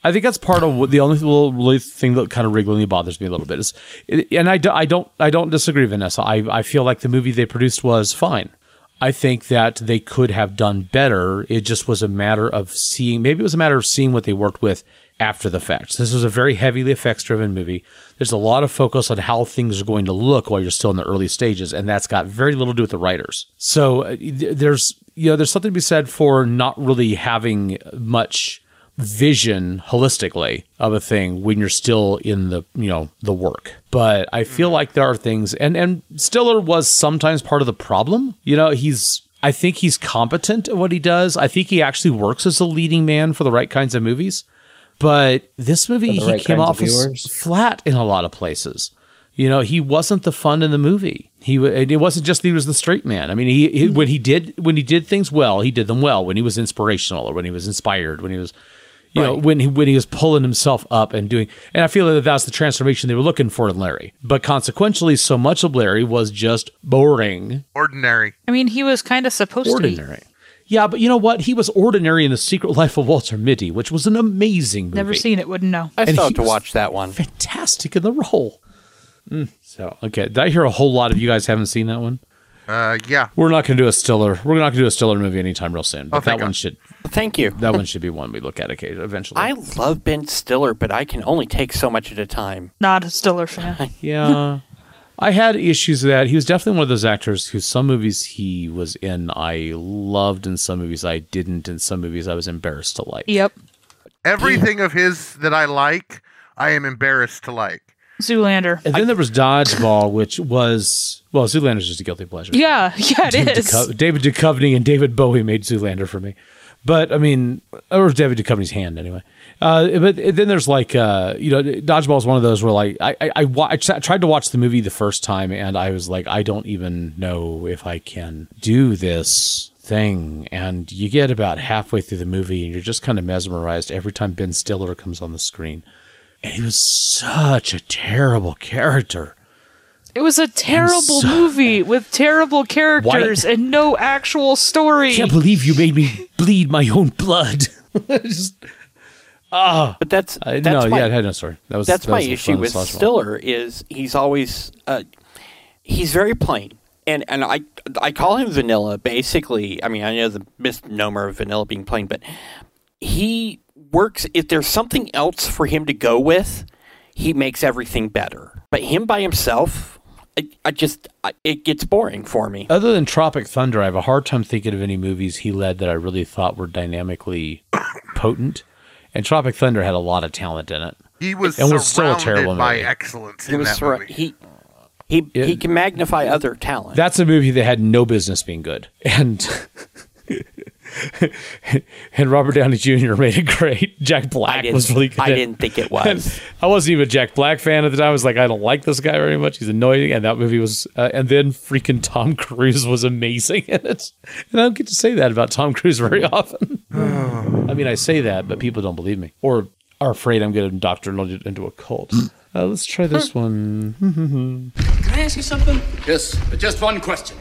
[SPEAKER 2] I think that's part of what the only little really thing that kind of wrigglingly bothers me a little bit is, and I, do, I don't I don't disagree, Vanessa. I, I feel like the movie they produced was fine. I think that they could have done better. It just was a matter of seeing. Maybe it was a matter of seeing what they worked with after the fact. This was a very heavily effects driven movie. There's a lot of focus on how things are going to look while you're still in the early stages, and that's got very little to do with the writers. So uh, th- there's you know there's something to be said for not really having much vision holistically of a thing when you're still in the you know the work but i feel
[SPEAKER 6] Mm-hmm.
[SPEAKER 2] like there are things and and stiller was sometimes part of the problem you know he's i think he's competent at what he does i think he actually works as a leading man for the right kinds of movies but this movie
[SPEAKER 6] For the
[SPEAKER 2] he
[SPEAKER 6] right
[SPEAKER 2] came
[SPEAKER 6] kinds
[SPEAKER 2] off
[SPEAKER 6] of
[SPEAKER 2] as
[SPEAKER 6] viewers.
[SPEAKER 2] flat in a lot of places you know he wasn't the fun in the movie he wa- and it wasn't just that he was the straight man i mean he, he when he did when he did things well he did them well when he was inspirational or when he was inspired when he was you know when he when he was pulling himself up and doing and i feel that that's the transformation they were looking for in larry but consequentially so much of larry was just boring
[SPEAKER 5] Ordinary.
[SPEAKER 3] I mean, he was kind of supposed to
[SPEAKER 2] ordinary yeah but you know what he was ordinary in the secret life of walter mitty which was an amazing movie
[SPEAKER 3] be. Never seen it, wouldn't know.
[SPEAKER 4] I
[SPEAKER 2] And
[SPEAKER 4] still
[SPEAKER 2] he
[SPEAKER 4] have to
[SPEAKER 2] was-
[SPEAKER 4] watch that one.
[SPEAKER 2] fantastic in the role Mm, so okay did i hear a whole lot of you guys haven't seen that one
[SPEAKER 5] Uh, yeah.
[SPEAKER 2] we're not going to do a stiller we're not going to do a stiller movie anytime real soon but
[SPEAKER 5] Oh,
[SPEAKER 2] that
[SPEAKER 5] thank
[SPEAKER 2] one
[SPEAKER 5] God.
[SPEAKER 2] should
[SPEAKER 4] Thank you.
[SPEAKER 2] that one should be one we look at
[SPEAKER 4] *laughs*
[SPEAKER 2] occasion- eventually
[SPEAKER 4] I love Ben Stiller, but I can only take so much at a time.
[SPEAKER 3] Not a Stiller fan.
[SPEAKER 2] *laughs* yeah I had issues with that. He was definitely one of those actors who some movies he was in I loved, and some movies I didn't, and some movies I was embarrassed to like.
[SPEAKER 3] Yep.
[SPEAKER 5] Everything of his that I like, I am embarrassed to like.
[SPEAKER 3] Zoolander.
[SPEAKER 2] And then there was Dodgeball, which was well, Zoolander's just a guilty pleasure.
[SPEAKER 3] Yeah, yeah, it is.
[SPEAKER 2] David Duchovny, David Duchovny and David Bowie made Zoolander for me. But I mean, or David Duchovny's hand anyway. Uh, but then there's like, uh, you know, Dodgeball is one of those where like I I, I, wa- I tr- tried to watch the movie the first time and I was like, I don't even know if I can do this thing. And you get about halfway through the movie and you're just kind of mesmerized every time Ben Stiller comes on the screen. And he was such a terrible character.
[SPEAKER 3] It was a terrible movie with terrible characters and no actual story.
[SPEAKER 2] Can't believe you made me bleed my own blood. Just, ah.
[SPEAKER 4] But that's,
[SPEAKER 2] I-
[SPEAKER 4] that's
[SPEAKER 2] no,
[SPEAKER 4] my-
[SPEAKER 2] yeah, I had no story. That was
[SPEAKER 4] that's
[SPEAKER 2] that
[SPEAKER 4] my
[SPEAKER 2] was the
[SPEAKER 4] issue
[SPEAKER 2] fun
[SPEAKER 4] with
[SPEAKER 2] slash-
[SPEAKER 4] Stiller is he's always uh, he's very plain and and I I call him vanilla basically I mean I know the misnomer of vanilla being plain but he works if there's something else for him to go with he makes everything better but him by himself I, I just I, it gets boring for me
[SPEAKER 5] Uh,
[SPEAKER 2] Other than Tropic Thunder, I have a hard time thinking of any movies he led that I really thought were dynamically *coughs* potent. And Tropic Thunder had a lot of talent in it.
[SPEAKER 5] He was
[SPEAKER 2] and
[SPEAKER 5] surrounded
[SPEAKER 2] was still a terrible
[SPEAKER 5] by
[SPEAKER 2] movie.
[SPEAKER 5] excellence
[SPEAKER 4] he
[SPEAKER 5] in
[SPEAKER 4] was
[SPEAKER 5] that
[SPEAKER 4] sur-
[SPEAKER 5] movie.
[SPEAKER 4] he he, he can magnify other talent
[SPEAKER 2] That's a movie that had no business being good, and *laughs* and Robert Downey Jr. made it great. Jack Black
[SPEAKER 4] didn't-
[SPEAKER 2] was really good.
[SPEAKER 4] I
[SPEAKER 2] in it.
[SPEAKER 4] didn't think it was.
[SPEAKER 2] And *laughs* I wasn't even a Jack Black fan at the time. I was like, I don't like this guy very much. He's annoying. And that movie was, uh, and then freaking Tom *laughs* Cruise was amazing in it. And I don't get to say that about Tom Cruise very *laughs* often. I mean, I say that, but people don't believe me or are afraid I'm going to indoctrinate it into a cult. Uh, let's try
[SPEAKER 4] Hmm.
[SPEAKER 2] this Hmm, one.
[SPEAKER 9] Can I ask you something?
[SPEAKER 1] Yes, but just one question.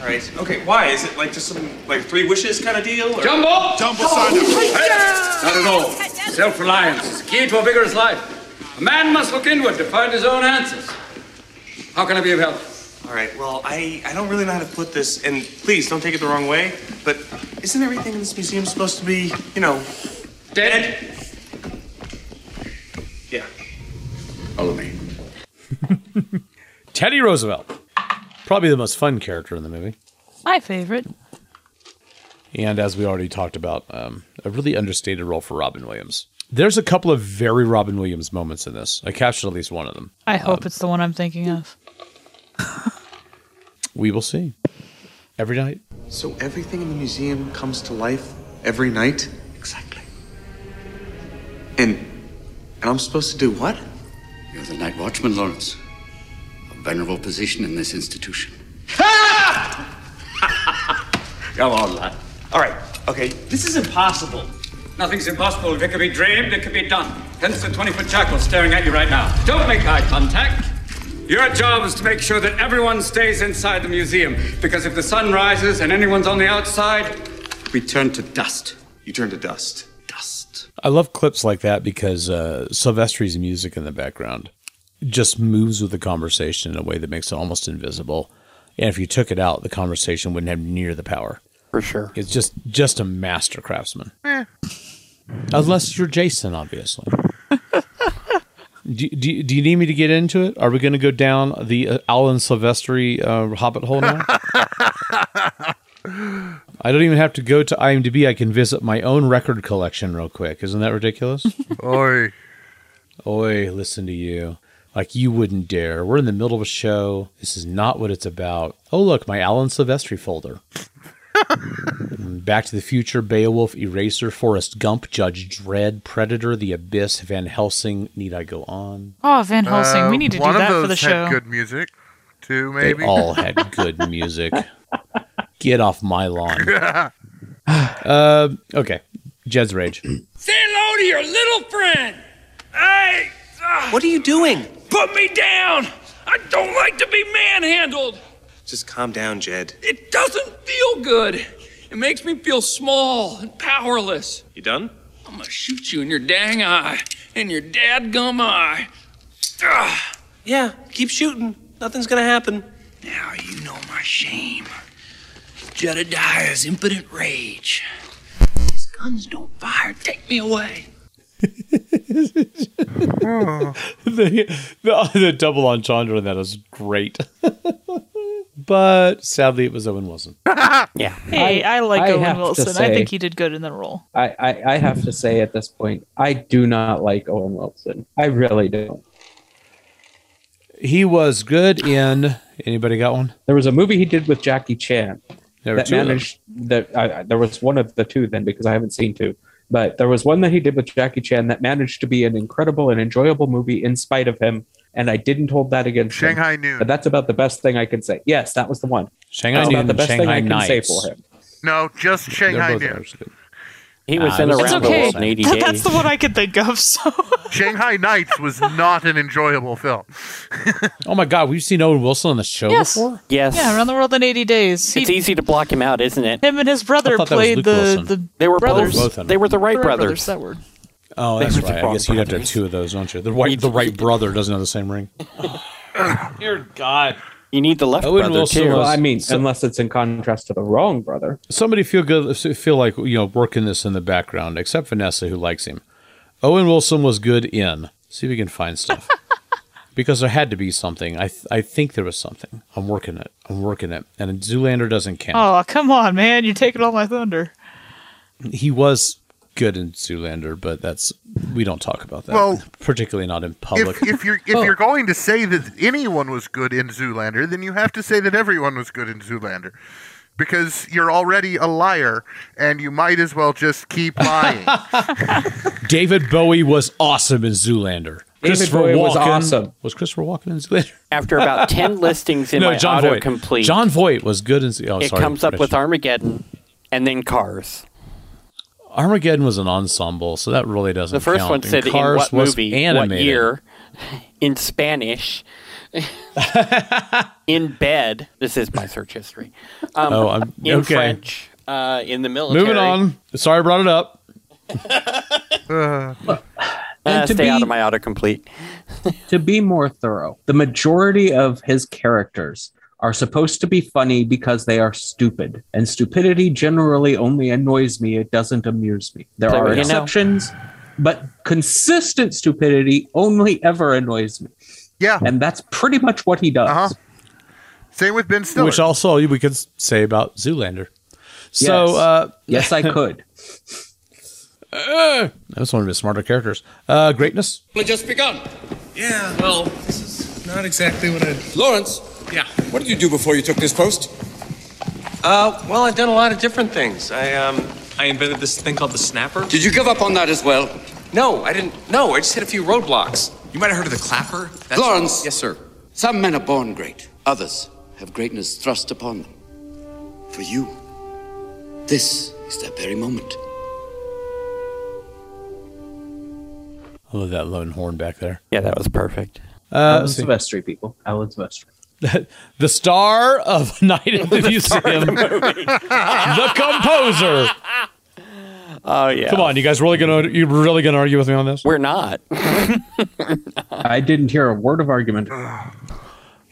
[SPEAKER 9] All right. Okay. Why is it like just some like three wishes kind of deal? Or?
[SPEAKER 1] Jumbo! Jumbo,
[SPEAKER 9] son of-
[SPEAKER 1] Not at all. Self reliance is the key to a vigorous life. A man must look inward to find his own answers. How can I be of help?
[SPEAKER 9] All right. Well, I I don't really know how to put this, and please don't take it the wrong way, but isn't everything in this museum supposed to be, you know, dead? Yeah.
[SPEAKER 8] Follow me.
[SPEAKER 2] Teddy Roosevelt. Probably the most fun character in the movie.
[SPEAKER 3] My favorite.
[SPEAKER 2] And as we already talked about, um, a really understated role for Robin Williams. There's a couple of very Robin Williams moments in this. I captured at least one of them.
[SPEAKER 3] I hope it's the one I'm thinking of.
[SPEAKER 2] We will see. Every night.
[SPEAKER 9] So everything in the museum comes to life every night. Exactly. And and I'm supposed to do what?
[SPEAKER 1] You're the night watchman, Lawrence. A venerable position in this institution. Come on, lad.
[SPEAKER 9] All right. Okay.
[SPEAKER 1] This is impossible. Nothing's impossible. It can be dreamed, it can be done. Hence the 20 foot jackal staring at you right now. Don't make eye contact. Your job is to make sure that everyone stays inside the museum, because if the sun rises and anyone's on the outside, we turn to dust.
[SPEAKER 9] You turn to dust.
[SPEAKER 1] Dust.
[SPEAKER 2] I love clips like that because uh, Sylvester's music in the background just moves with the conversation in a way that makes it almost invisible. And if you took it out, the conversation wouldn't have near the power.
[SPEAKER 4] for sure
[SPEAKER 2] It's just just a master craftsman.
[SPEAKER 5] Eh.
[SPEAKER 2] Unless you're Jason, obviously. *laughs* do, do, do you need me to get into it? Are we going to go down the uh, Alan Silvestri uh, hobbit hole now? I don't even have to go to IMDb. I can visit my own record collection real quick. Isn't that ridiculous?
[SPEAKER 5] *laughs* Oi.
[SPEAKER 2] Oi, listen to you. Like you wouldn't dare. We're in the middle of a show. This is not what it's about. Oh, look, my Alan Silvestri folder. *laughs* Back to the Future, Beowulf, Eraser, Forrest Gump, Judge Dredd, Predator, The Abyss, Van Helsing. Need I go on?
[SPEAKER 3] Oh, Van Helsing. we need to
[SPEAKER 5] Uh,
[SPEAKER 3] do
[SPEAKER 5] one
[SPEAKER 3] that
[SPEAKER 5] of those
[SPEAKER 3] for the
[SPEAKER 5] had
[SPEAKER 3] show.
[SPEAKER 5] good music. Two, maybe. *laughs*
[SPEAKER 2] They all had good music. Get off my
[SPEAKER 5] *laughs*
[SPEAKER 2] lawn. *sighs* uh, okay. Jed's Rage.
[SPEAKER 12] *laughs* Say hello to your little friend. Hey,
[SPEAKER 9] What are you doing?
[SPEAKER 12] put me down. I don't like to be manhandled.
[SPEAKER 9] Just calm down, Jed.
[SPEAKER 12] It doesn't feel good. It makes me feel small and powerless.
[SPEAKER 9] You done?
[SPEAKER 12] I'm gonna shoot you in your dang eye, in your dadgum eye. Ugh.
[SPEAKER 9] Yeah. Keep shooting. Nothing's gonna happen.
[SPEAKER 12] Now you know my shame. Jedediah's impotent rage. These guns don't fire. Take me away.
[SPEAKER 2] *clears throat* the, the, the double entendre on that is great. *laughs* but sadly, it was
[SPEAKER 5] *laughs*
[SPEAKER 2] Owen Wilson.
[SPEAKER 4] yeah.
[SPEAKER 3] Hey, I, like
[SPEAKER 6] I have
[SPEAKER 3] Owen
[SPEAKER 6] to
[SPEAKER 3] Wilson. I
[SPEAKER 6] say-
[SPEAKER 3] think he did good in the role.
[SPEAKER 6] I, I, I have to say at this point, I do not like Owen Wilson. I really don't.
[SPEAKER 2] He was good in. Anybody got one?
[SPEAKER 6] There was a movie he did with Jackie Chan
[SPEAKER 2] There were
[SPEAKER 6] that
[SPEAKER 2] two of them.
[SPEAKER 6] managed that. I, I- there was one of the two then because I haven't seen two, but there was one that he did with Jackie Chan that managed to be an incredible and enjoyable movie in spite of him. And I didn't hold that against him.
[SPEAKER 5] Shanghai Noon.
[SPEAKER 6] But that's about the best thing I can say. Yes, that was the one.
[SPEAKER 2] Shanghai
[SPEAKER 6] that's
[SPEAKER 2] Noon,
[SPEAKER 6] about the best
[SPEAKER 2] Shanghai
[SPEAKER 6] thing I can say
[SPEAKER 2] Nights.
[SPEAKER 6] for him.
[SPEAKER 5] No, just Shanghai Noon.
[SPEAKER 4] He was
[SPEAKER 2] Ah,
[SPEAKER 4] in
[SPEAKER 2] it
[SPEAKER 4] around
[SPEAKER 2] was- It's
[SPEAKER 4] the
[SPEAKER 2] okay.
[SPEAKER 4] world in
[SPEAKER 3] *laughs*
[SPEAKER 4] 80 days.
[SPEAKER 3] That's the one I could think of. So
[SPEAKER 5] Shanghai Nights was not an enjoyable film.
[SPEAKER 2] Oh my God, we've seen Owen Wilson on the show
[SPEAKER 3] yes,
[SPEAKER 2] before.
[SPEAKER 4] yes.
[SPEAKER 3] yeah, around the world in eighty days. He,
[SPEAKER 4] it's easy to block him out, isn't it?
[SPEAKER 3] him and his
[SPEAKER 2] I
[SPEAKER 3] brother
[SPEAKER 2] thought that was
[SPEAKER 3] played the
[SPEAKER 2] Luke Wilson.
[SPEAKER 3] the
[SPEAKER 4] They were
[SPEAKER 3] brothers.
[SPEAKER 2] Both of them.
[SPEAKER 4] They were the Wright
[SPEAKER 3] Brother
[SPEAKER 4] brothers.
[SPEAKER 3] That word.
[SPEAKER 2] Oh, that's
[SPEAKER 4] They were the
[SPEAKER 2] right. I guess you'd have to have
[SPEAKER 4] brothers.
[SPEAKER 2] two of those, don't you? The right, the right brother doesn't have the same ring. Dear God.
[SPEAKER 4] You need the left
[SPEAKER 2] Owen
[SPEAKER 4] brother
[SPEAKER 2] Wilson
[SPEAKER 4] too.
[SPEAKER 2] was-
[SPEAKER 6] Well, I mean,
[SPEAKER 2] So-
[SPEAKER 6] unless it's in contrast to the wrong brother.
[SPEAKER 2] somebody feel good feel like you know working this in the background except vanessa who likes him owen wilson was good in see if we can find stuff because there had to be something i th- i think there was something i'm working it i'm working it and zoolander doesn't count
[SPEAKER 3] Oh come on, man! You're taking all my thunder.
[SPEAKER 2] he was good in zoolander but that's we don't talk about that
[SPEAKER 5] Well,
[SPEAKER 2] particularly not in public
[SPEAKER 5] If, if you're if you're going to say that anyone was good in Zoolander, then you have to say that everyone was good in Zoolander, because you're already a liar, and you might as well just keep lying.
[SPEAKER 2] david bowie was awesome in zoolander
[SPEAKER 6] David Bowie was awesome.
[SPEAKER 2] was christopher walken in zoolander
[SPEAKER 4] After
[SPEAKER 2] *laughs*
[SPEAKER 4] about 10 listings in my
[SPEAKER 2] john voight
[SPEAKER 4] autocomplete,
[SPEAKER 2] john voight was good in Z- oh,
[SPEAKER 4] it
[SPEAKER 2] sorry,
[SPEAKER 4] comes up
[SPEAKER 2] Rich.
[SPEAKER 4] with Armageddon and then Cars.
[SPEAKER 2] Armageddon was an ensemble, so that really doesn't.
[SPEAKER 4] The first
[SPEAKER 2] count.
[SPEAKER 4] one
[SPEAKER 2] And
[SPEAKER 4] said in
[SPEAKER 2] Cars
[SPEAKER 4] what
[SPEAKER 2] was
[SPEAKER 4] movie, what
[SPEAKER 2] animated.
[SPEAKER 4] year, in
[SPEAKER 2] *laughs*
[SPEAKER 4] Spanish, in bed. This is my search history. Um,
[SPEAKER 2] Oh, I'm-
[SPEAKER 4] in
[SPEAKER 2] okay.
[SPEAKER 4] French, uh, in the military.
[SPEAKER 2] Moving on. Sorry, I brought it up.
[SPEAKER 4] Uh,
[SPEAKER 5] Uh-huh.
[SPEAKER 6] And to
[SPEAKER 4] stay out
[SPEAKER 6] be-
[SPEAKER 4] of my autocomplete. *laughs*
[SPEAKER 6] To be more thorough, the majority of his characters are supposed to be funny because they are stupid, and stupidity generally only annoys me. It doesn't amuse me. There
[SPEAKER 4] Play
[SPEAKER 6] are
[SPEAKER 4] what you know.
[SPEAKER 6] exceptions, but consistent stupidity only ever annoys me,
[SPEAKER 5] yeah,
[SPEAKER 6] and that's pretty much what he does.
[SPEAKER 5] Uh-huh. same with Ben Stiller.
[SPEAKER 2] Which also we could say about Zoolander. So
[SPEAKER 6] Yes.
[SPEAKER 2] uh,
[SPEAKER 6] Yes, I could.
[SPEAKER 2] *laughs* that was one of his smarter characters. Uh, greatness.
[SPEAKER 12] Only just begun.
[SPEAKER 9] Yeah,
[SPEAKER 12] Well,
[SPEAKER 9] this is not exactly what I.
[SPEAKER 13] Lawrence,
[SPEAKER 12] yeah.
[SPEAKER 13] what did you do before you took this post?
[SPEAKER 9] Uh, well, I've done a lot of different things. I um, I invented this thing called the snapper.
[SPEAKER 13] Did you give up on that as well?
[SPEAKER 9] No, I didn't. No, I just hit a few roadblocks. You might have heard of the clapper. That's-
[SPEAKER 13] Lawrence.
[SPEAKER 9] Yes, sir.
[SPEAKER 13] Some men are born great, others have greatness thrust upon them. For you, this is that very moment.
[SPEAKER 2] I love that lone horn back there.
[SPEAKER 4] Yeah, that was perfect.
[SPEAKER 2] Uh,
[SPEAKER 6] Alan
[SPEAKER 2] let's see.
[SPEAKER 6] Silvestri, people. Alan Silvestri.
[SPEAKER 2] *laughs* the star of *laughs* Night
[SPEAKER 4] *laughs*
[SPEAKER 2] at the, Museum, *laughs* the composer.
[SPEAKER 4] Oh yeah.
[SPEAKER 2] Come on, you guys really gonna you really gonna argue with me on this?
[SPEAKER 4] We're not. *laughs*
[SPEAKER 6] I didn't hear a word of argument.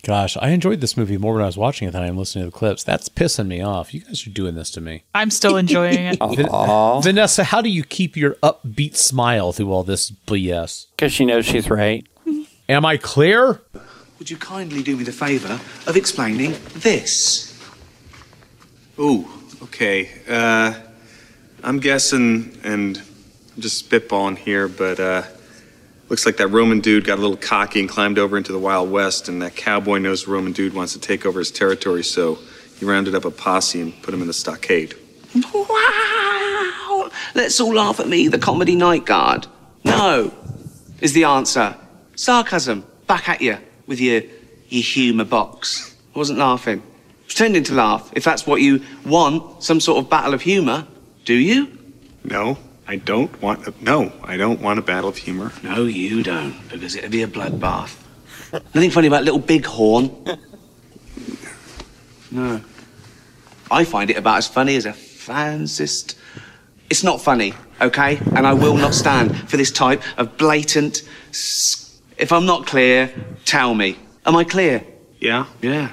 [SPEAKER 2] Gosh, I enjoyed this movie more when I was watching it than I am listening to the clips. That's pissing me off. You guys are doing this to me.
[SPEAKER 3] I'm still enjoying
[SPEAKER 2] *laughs*
[SPEAKER 3] it.
[SPEAKER 2] Oh.
[SPEAKER 4] Because
[SPEAKER 2] Vanessa, how do you keep your upbeat smile through all this BS?
[SPEAKER 4] she knows she's right.
[SPEAKER 2] Am I clear?
[SPEAKER 14] Would you kindly do me the favour of explaining this?
[SPEAKER 15] Ooh, okay. Uh, I'm guessing, and I'm just spitballing here, but uh, looks like that Roman dude got a little cocky and climbed over into the Wild West, and that cowboy knows the Roman dude wants to take over his territory, so he rounded up a posse and put him in the stockade.
[SPEAKER 14] Wow! Let's all laugh at me, the comedy night guard. No, is the answer. Sarcasm, back at you with your, your humour box. I wasn't laughing. Pretending to laugh, if that's what you want, some sort of battle of humour. Do you?
[SPEAKER 15] No, I don't want. A, no, I don't want a battle of humor.
[SPEAKER 14] No, you don't, because it'd be a bloodbath. Nothing funny about little bighorn. No. I find it about as funny as a fancist. It's not funny, okay? And I will not stand for this type of blatant. s- If I'm not clear, tell me. Am I clear?
[SPEAKER 15] Yeah.
[SPEAKER 14] Yeah.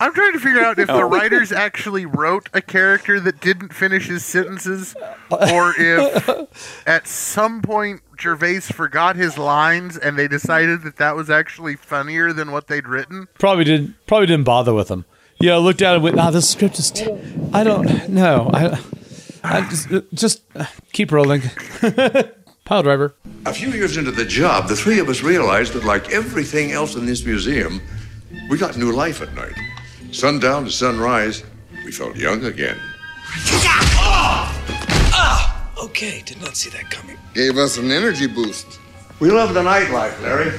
[SPEAKER 5] I'm trying to figure out if
[SPEAKER 11] Oh.
[SPEAKER 5] the writers actually wrote a character that didn't finish his sentences, or if at some point Gervais forgot his lines and they decided that that was actually funnier than what they'd written.
[SPEAKER 2] Probably didn't. Probably didn't bother with them. Yeah, I looked at it. and Went, ah, this script is. T- I don't know. I, I just, just uh, keep rolling. Pile driver.
[SPEAKER 8] A few years into the job, the three of us realized that, like everything else in this museum, we got new life at night. Sundown to sunrise, we felt young again.
[SPEAKER 10] Ah! Okay, did not see that coming. Gave us an energy boost.
[SPEAKER 8] We loved the nightlife, Larry.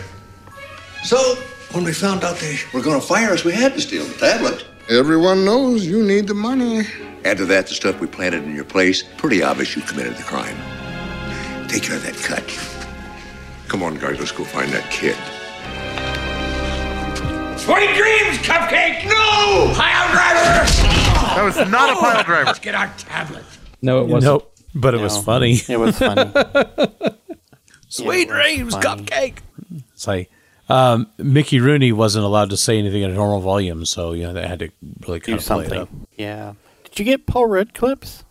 [SPEAKER 8] So, when we found out they were going to fire us, we had to steal the tablet.
[SPEAKER 10] Everyone knows you need the money.
[SPEAKER 8] Add to that the stuff we planted in your place. Pretty obvious you committed the crime. Take care of that cut. Come on, guys, let's go find that kid.
[SPEAKER 12] Sweet dreams, cupcake! No! Pile driver! That
[SPEAKER 5] was not a pile driver.
[SPEAKER 12] Let's get our tablet.
[SPEAKER 6] *laughs* No, it wasn't.
[SPEAKER 2] Nope. But it was funny.
[SPEAKER 4] It was funny.
[SPEAKER 2] Sweet dreams,
[SPEAKER 4] funny.
[SPEAKER 2] cupcake. *laughs* It's like um, Mickey Rooney wasn't allowed to say anything at a normal volume, so you know they had to really kind
[SPEAKER 4] Do
[SPEAKER 2] of play
[SPEAKER 4] something.
[SPEAKER 2] it up.
[SPEAKER 4] Yeah. Did you get Paul Rudd clips?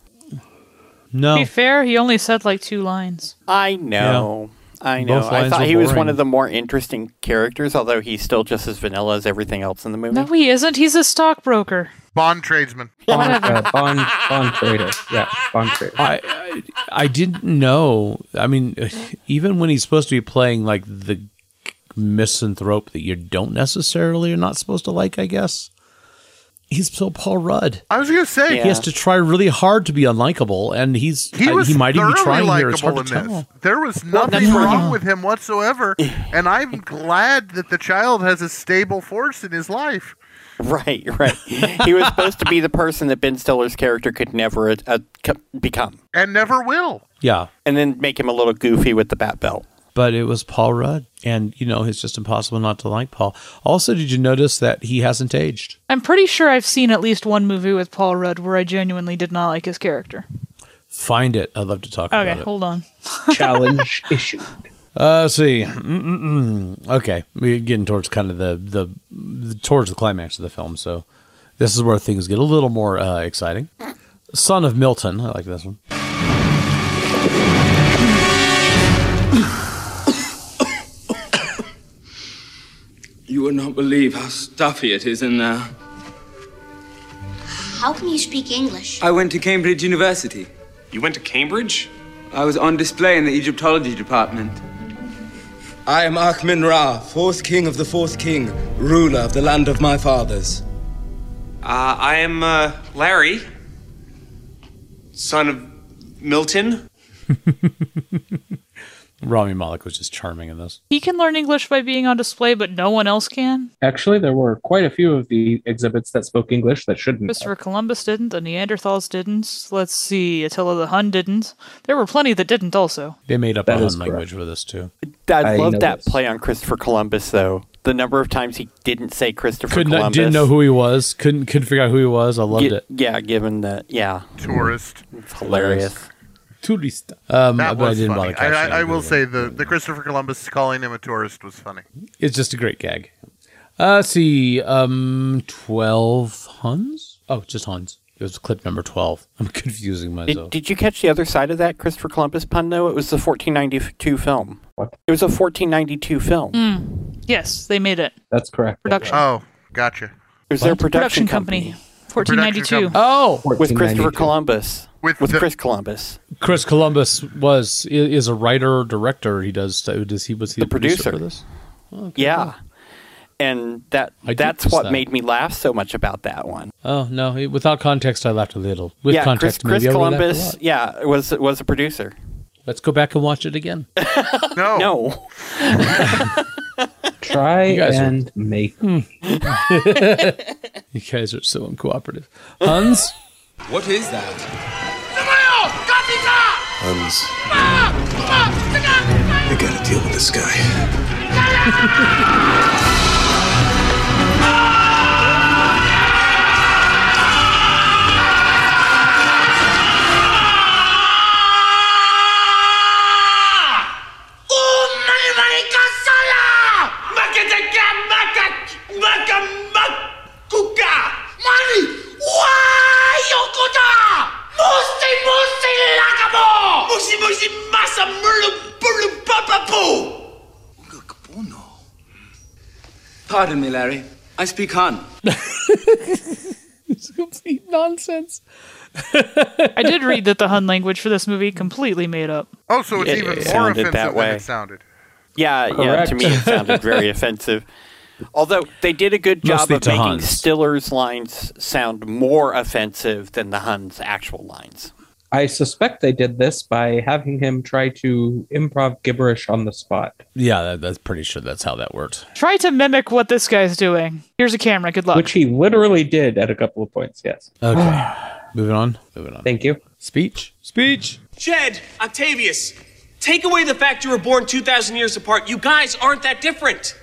[SPEAKER 2] No.
[SPEAKER 3] To be fair, he only said like two lines.
[SPEAKER 4] I No. I know.
[SPEAKER 2] Both
[SPEAKER 4] I
[SPEAKER 2] lines
[SPEAKER 4] thought
[SPEAKER 2] were
[SPEAKER 4] he was
[SPEAKER 2] boring.
[SPEAKER 4] one of the more interesting characters, although he's still just as vanilla as everything else in the movie.
[SPEAKER 3] No, he isn't. He's a stockbroker.
[SPEAKER 5] Bond tradesman.
[SPEAKER 6] Bond,
[SPEAKER 3] *laughs*
[SPEAKER 6] uh, bond, bond trader. Yeah, bond trader.
[SPEAKER 2] I, I I didn't know. I mean, even when he's supposed to be playing like the misanthrope that you don't necessarily are not supposed to like, I guess he's still Paul Rudd.
[SPEAKER 5] I was gonna say
[SPEAKER 2] He has to try really hard to be unlikable, and he's
[SPEAKER 5] He
[SPEAKER 2] I-
[SPEAKER 5] was
[SPEAKER 2] he might even
[SPEAKER 5] thoroughly
[SPEAKER 2] be trying here. It's hard
[SPEAKER 5] likable
[SPEAKER 2] to
[SPEAKER 5] in this.
[SPEAKER 2] tell.
[SPEAKER 5] There was nothing
[SPEAKER 2] that's
[SPEAKER 5] wrong
[SPEAKER 2] right.
[SPEAKER 5] with him
[SPEAKER 2] *laughs*
[SPEAKER 5] whatsoever, and I'm glad that the child has a stable force in his life.
[SPEAKER 4] *laughs* Right, right. he was supposed to be the person that Ben Stiller's character could never uh, uh, co- become,
[SPEAKER 5] and never will.
[SPEAKER 2] Yeah,
[SPEAKER 4] and then make him a little goofy with the bat belt.
[SPEAKER 2] but it was Paul Rudd, and you know it's just impossible not to like Paul. Also, did you notice that he hasn't aged?
[SPEAKER 3] I'm pretty sure I've seen at least one movie with Paul Rudd where I genuinely did not like his character.
[SPEAKER 2] Find it. I'd love to talk
[SPEAKER 3] Okay,
[SPEAKER 2] about it.
[SPEAKER 3] hold on. *laughs*
[SPEAKER 6] Challenge issued.
[SPEAKER 2] Uh, let's see. Mm-mm-mm. Okay, we're getting towards kind of the, the the towards the climax of the film, so this is where things get a little more uh, exciting. Son of Milton, I like this one.
[SPEAKER 12] You would not believe how stuffy it is in there.
[SPEAKER 16] How can you speak English?
[SPEAKER 7] I went to Cambridge University. You went to Cambridge? I was on display in the Egyptology department. I am Akhmin Ra, fourth king of the fourth king, ruler of the land of my fathers.
[SPEAKER 9] Uh, I am uh, Larry, son of Milton.
[SPEAKER 2] Rami Malek was just charming in this.
[SPEAKER 3] He can learn English by being on display, but no one else can.
[SPEAKER 6] Actually, there were quite a few of the exhibits that spoke English that
[SPEAKER 5] Mm-hmm.
[SPEAKER 6] shouldn't. have.
[SPEAKER 3] Christopher Columbus didn't. The Neanderthals didn't. Let's see, Attila the Hun didn't. There were plenty that didn't also.
[SPEAKER 2] They made up
[SPEAKER 4] That
[SPEAKER 2] a
[SPEAKER 4] is
[SPEAKER 2] Hun
[SPEAKER 4] correct.
[SPEAKER 2] language with this too.
[SPEAKER 4] I,
[SPEAKER 2] I
[SPEAKER 4] love
[SPEAKER 2] know
[SPEAKER 4] that play on Christopher Columbus, though. The number of times he didn't say Christopher
[SPEAKER 2] Couldn't
[SPEAKER 4] Columbus.
[SPEAKER 2] didn't know who he was. Couldn't couldn't figure out who he was. I loved
[SPEAKER 4] Gi-
[SPEAKER 2] it.
[SPEAKER 4] Yeah, given that, yeah.
[SPEAKER 5] Tourist.
[SPEAKER 4] It's hilarious.
[SPEAKER 2] Tourist. Um,
[SPEAKER 5] that
[SPEAKER 2] but I
[SPEAKER 5] was
[SPEAKER 2] didn't
[SPEAKER 5] funny.
[SPEAKER 2] bother catching
[SPEAKER 5] I, I, I
[SPEAKER 2] it.
[SPEAKER 5] will say the, the Christopher Columbus calling him a tourist was funny.
[SPEAKER 2] It's just a great gag. Uh, let's see, um, twelve Huns. Oh, just Huns. It was clip number twelve. *laughs* I'm confusing myself.
[SPEAKER 4] Did, did you catch the other side of that Christopher Columbus pun, though? It was the 1492 film. What? It was a 1492 film.
[SPEAKER 3] Mm. Yes, they made it.
[SPEAKER 6] That's correct.
[SPEAKER 3] Production.
[SPEAKER 5] Oh, gotcha.
[SPEAKER 4] It was their production, company.
[SPEAKER 3] Fourteen ninety two.
[SPEAKER 2] Oh,
[SPEAKER 4] with Christopher Columbus. With, Chris Columbus.
[SPEAKER 2] Chris Columbus was i- is a writer director. He does does he was he the,
[SPEAKER 4] producer.
[SPEAKER 2] for this?
[SPEAKER 4] yeah. And that
[SPEAKER 2] I did
[SPEAKER 4] that's
[SPEAKER 2] miss
[SPEAKER 4] what
[SPEAKER 2] that.
[SPEAKER 4] made me laugh so much about that one.
[SPEAKER 2] Oh no! he- Without context, I laughed a little. With
[SPEAKER 4] yeah,
[SPEAKER 2] context,
[SPEAKER 4] Chris, Chris
[SPEAKER 2] maybe I would have laughed a
[SPEAKER 4] Columbus,
[SPEAKER 2] lot.
[SPEAKER 4] yeah, was was a producer.
[SPEAKER 2] Let's go back and watch
[SPEAKER 4] *laughs*
[SPEAKER 2] it again.
[SPEAKER 5] No. *laughs*
[SPEAKER 4] no.
[SPEAKER 6] Try
[SPEAKER 2] You guys are- Hmm.
[SPEAKER 6] and make. *laughs*
[SPEAKER 2] you guys are so uncooperative. Huns.
[SPEAKER 7] What is that?
[SPEAKER 2] *laughs*
[SPEAKER 17] Hans,
[SPEAKER 10] I gotta deal with this guy.
[SPEAKER 12] Makataka maka maka makuka
[SPEAKER 7] Pardon me, Larry. I speak Han.
[SPEAKER 2] It's complete nonsense.
[SPEAKER 3] I did read that the
[SPEAKER 4] *laughs*
[SPEAKER 3] Hun language for this movie completely made up.
[SPEAKER 5] Oh, so it's
[SPEAKER 4] It-
[SPEAKER 5] even more
[SPEAKER 4] it sounded
[SPEAKER 5] offensive
[SPEAKER 4] that
[SPEAKER 5] than
[SPEAKER 4] way.
[SPEAKER 5] it sounded.
[SPEAKER 4] Yeah, yeah. To me, it sounded
[SPEAKER 2] *laughs*
[SPEAKER 4] very offensive. Although they did a good job
[SPEAKER 2] Mostly
[SPEAKER 4] of
[SPEAKER 2] to
[SPEAKER 4] making
[SPEAKER 2] Huns.
[SPEAKER 4] Stiller's lines sound more offensive than the Huns' actual lines.
[SPEAKER 6] I suspect they did this by having him try to improv gibberish on the spot.
[SPEAKER 2] Yeah, that, that's pretty sure that's how that worked.
[SPEAKER 3] Try to mimic what this guy's doing. Here's a camera. Good luck.
[SPEAKER 6] Which he literally did at a couple of points, yes.
[SPEAKER 2] Okay. *sighs* Moving on. Moving on.
[SPEAKER 6] Thank you.
[SPEAKER 2] Speech. Speech.
[SPEAKER 9] Jed, Octavius, take away the fact you were born 2,000 years apart. You guys aren't that different.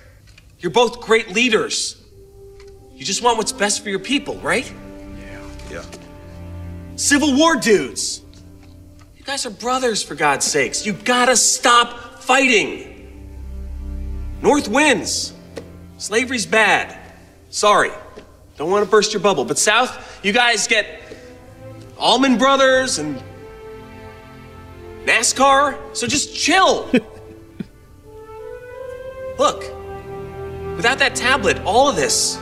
[SPEAKER 9] You're both great leaders. You just want what's best for your people, right?
[SPEAKER 10] Yeah.
[SPEAKER 9] Civil War dudes. You guys are brothers, for God's sakes. You gotta stop fighting. North wins. Slavery's bad. Sorry. Don't want to burst your bubble. But South, you guys get Almond Brothers and NASCAR. So just chill. Look, without that tablet, all of this,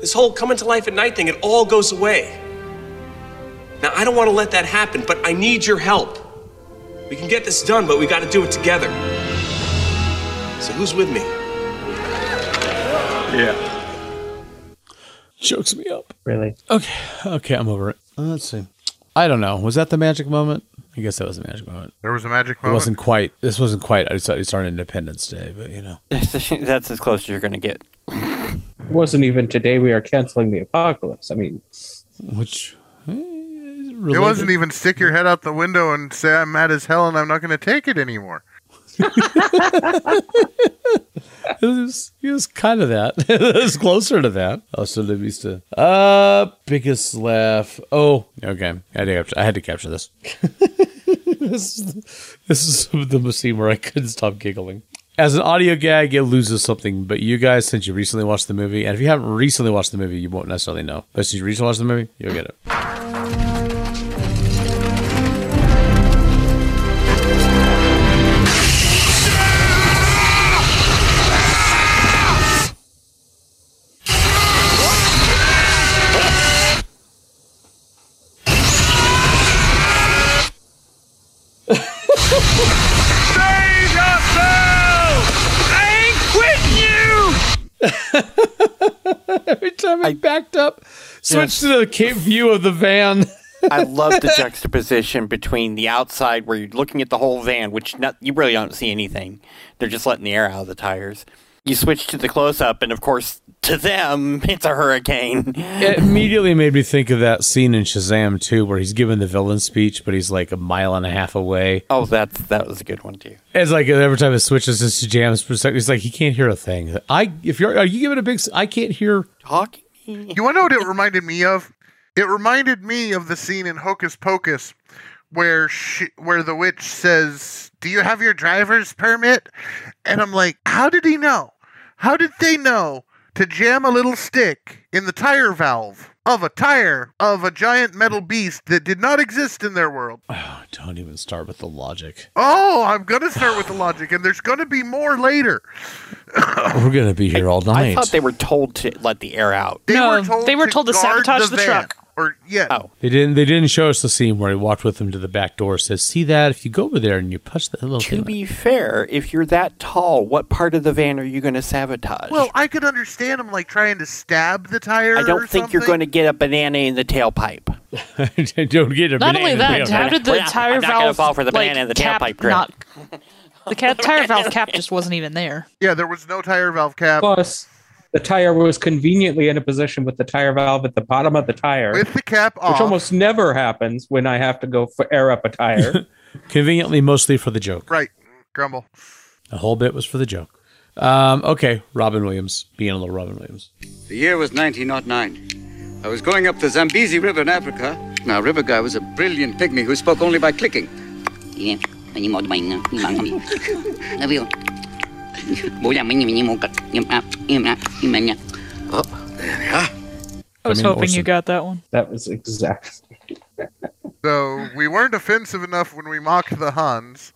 [SPEAKER 9] this whole coming to life at night thing, it all goes away. Now, I don't want to let that happen, but I need your help. We can get this done, but we got to do it together. So, who's with me?
[SPEAKER 15] Yeah.
[SPEAKER 2] Chokes me up.
[SPEAKER 6] Really?
[SPEAKER 2] Okay. Okay, I'm over it. Uh, Let's see. I don't know. Was that the magic moment? I guess that was the magic moment.
[SPEAKER 5] There was a magic
[SPEAKER 2] It
[SPEAKER 5] moment.
[SPEAKER 2] wasn't quite. This wasn't quite. I decided it's on Independence Day, but you know.
[SPEAKER 4] *laughs* That's as close as you're going to get.
[SPEAKER 6] It wasn't even today we are canceling the apocalypse. I mean,
[SPEAKER 2] which
[SPEAKER 5] It wasn't even stick your head out the window and say I'm mad as hell and I'm not going to take it anymore.
[SPEAKER 2] *laughs* it was, it was kind of that. *laughs* it was closer to that. Oh, so they used to. Uh, biggest laugh. Oh, okay. I had to capture, I had to capture this. *laughs* this, is- this is the scene where I couldn't stop giggling. As an audio gag, it loses something, but you guys, since you recently watched the movie, and if you haven't recently watched the movie, you won't necessarily know. But since you recently watched the movie, you'll get it.
[SPEAKER 12] Save yourself! I ain't quitting you!
[SPEAKER 2] *laughs* Every time I backed up, switched to the cave view of the van.
[SPEAKER 4] I love
[SPEAKER 2] *laughs*
[SPEAKER 4] the juxtaposition between the outside, where you're looking at the whole van, which not, you really don't see anything. They're just letting the air out of the tires. You switch to the close up, and of course, to them, *laughs* it's a hurricane.
[SPEAKER 2] It immediately made me think of that scene in Shazam too, where he's giving the villain speech, but he's like a mile and a half away.
[SPEAKER 4] Oh, that's that was a good one too.
[SPEAKER 2] It's like every time it switches to Shazam's perspective, he's like he can't hear a thing. I if you're are you giving a big? s- I can't hear.
[SPEAKER 4] Talking.
[SPEAKER 5] You want to know what it reminded me of? It reminded me of the scene in Hocus Pocus where she, where the witch says, "Do you have your driver's permit?" And I'm like, "How did he know? How did they know to jam a little stick in the tire valve of a tire of a giant metal beast that did not exist in their
[SPEAKER 2] *sighs*
[SPEAKER 5] world?"
[SPEAKER 2] Don't even start with the logic.
[SPEAKER 5] Oh, I'm going to start with the logic and there's going to be more later.
[SPEAKER 2] We're gonna be here all
[SPEAKER 4] I
[SPEAKER 2] night.
[SPEAKER 4] thought they were told to let the air out.
[SPEAKER 5] They
[SPEAKER 3] no,
[SPEAKER 5] were told
[SPEAKER 3] they were told to,
[SPEAKER 5] guard
[SPEAKER 3] sabotage the,
[SPEAKER 5] van,
[SPEAKER 3] truck.
[SPEAKER 5] Or yeah.
[SPEAKER 4] Oh.
[SPEAKER 2] They didn't. They didn't show us the scene where he walked with him to the back door. Says, "See that? If you go over there and you push that little
[SPEAKER 4] To
[SPEAKER 2] thing."
[SPEAKER 4] be fair, if you're that tall, what part of the van are you going to sabotage?
[SPEAKER 5] Well, I could understand him like trying to stab the tire.
[SPEAKER 4] I don't think you're going to get a banana in the tailpipe.
[SPEAKER 2] *laughs* don't get a
[SPEAKER 3] Not only that, how did the
[SPEAKER 4] Well,
[SPEAKER 3] tire
[SPEAKER 4] I'm not gonna
[SPEAKER 3] valve
[SPEAKER 4] fall for the
[SPEAKER 3] like,
[SPEAKER 4] banana in the
[SPEAKER 3] cap
[SPEAKER 4] tailpipe trick.
[SPEAKER 3] Not, the cat *laughs* tire valve cap just wasn't even there.
[SPEAKER 5] Yeah, there was no tire valve cap
[SPEAKER 6] plus the tire was conveniently in a position with the tire valve at the bottom of the tire,
[SPEAKER 5] with the cap off.
[SPEAKER 6] which almost never happens when I have to go for air up a
[SPEAKER 2] *laughs*
[SPEAKER 6] tire.
[SPEAKER 2] Conveniently, mostly for the joke.
[SPEAKER 5] right. Grumble.
[SPEAKER 2] The whole bit was for the joke. Um, okay, Robin Williams being a little Robin Williams.
[SPEAKER 13] The year was 1909. I was going up the Zambezi River in Africa. Now, River Guy was a brilliant pygmy who spoke only by clicking.
[SPEAKER 3] I was
[SPEAKER 6] I mean,
[SPEAKER 3] hoping
[SPEAKER 6] awesome.
[SPEAKER 3] you got that one.
[SPEAKER 6] that was exact.
[SPEAKER 5] So we weren't offensive enough when we mocked the Huns.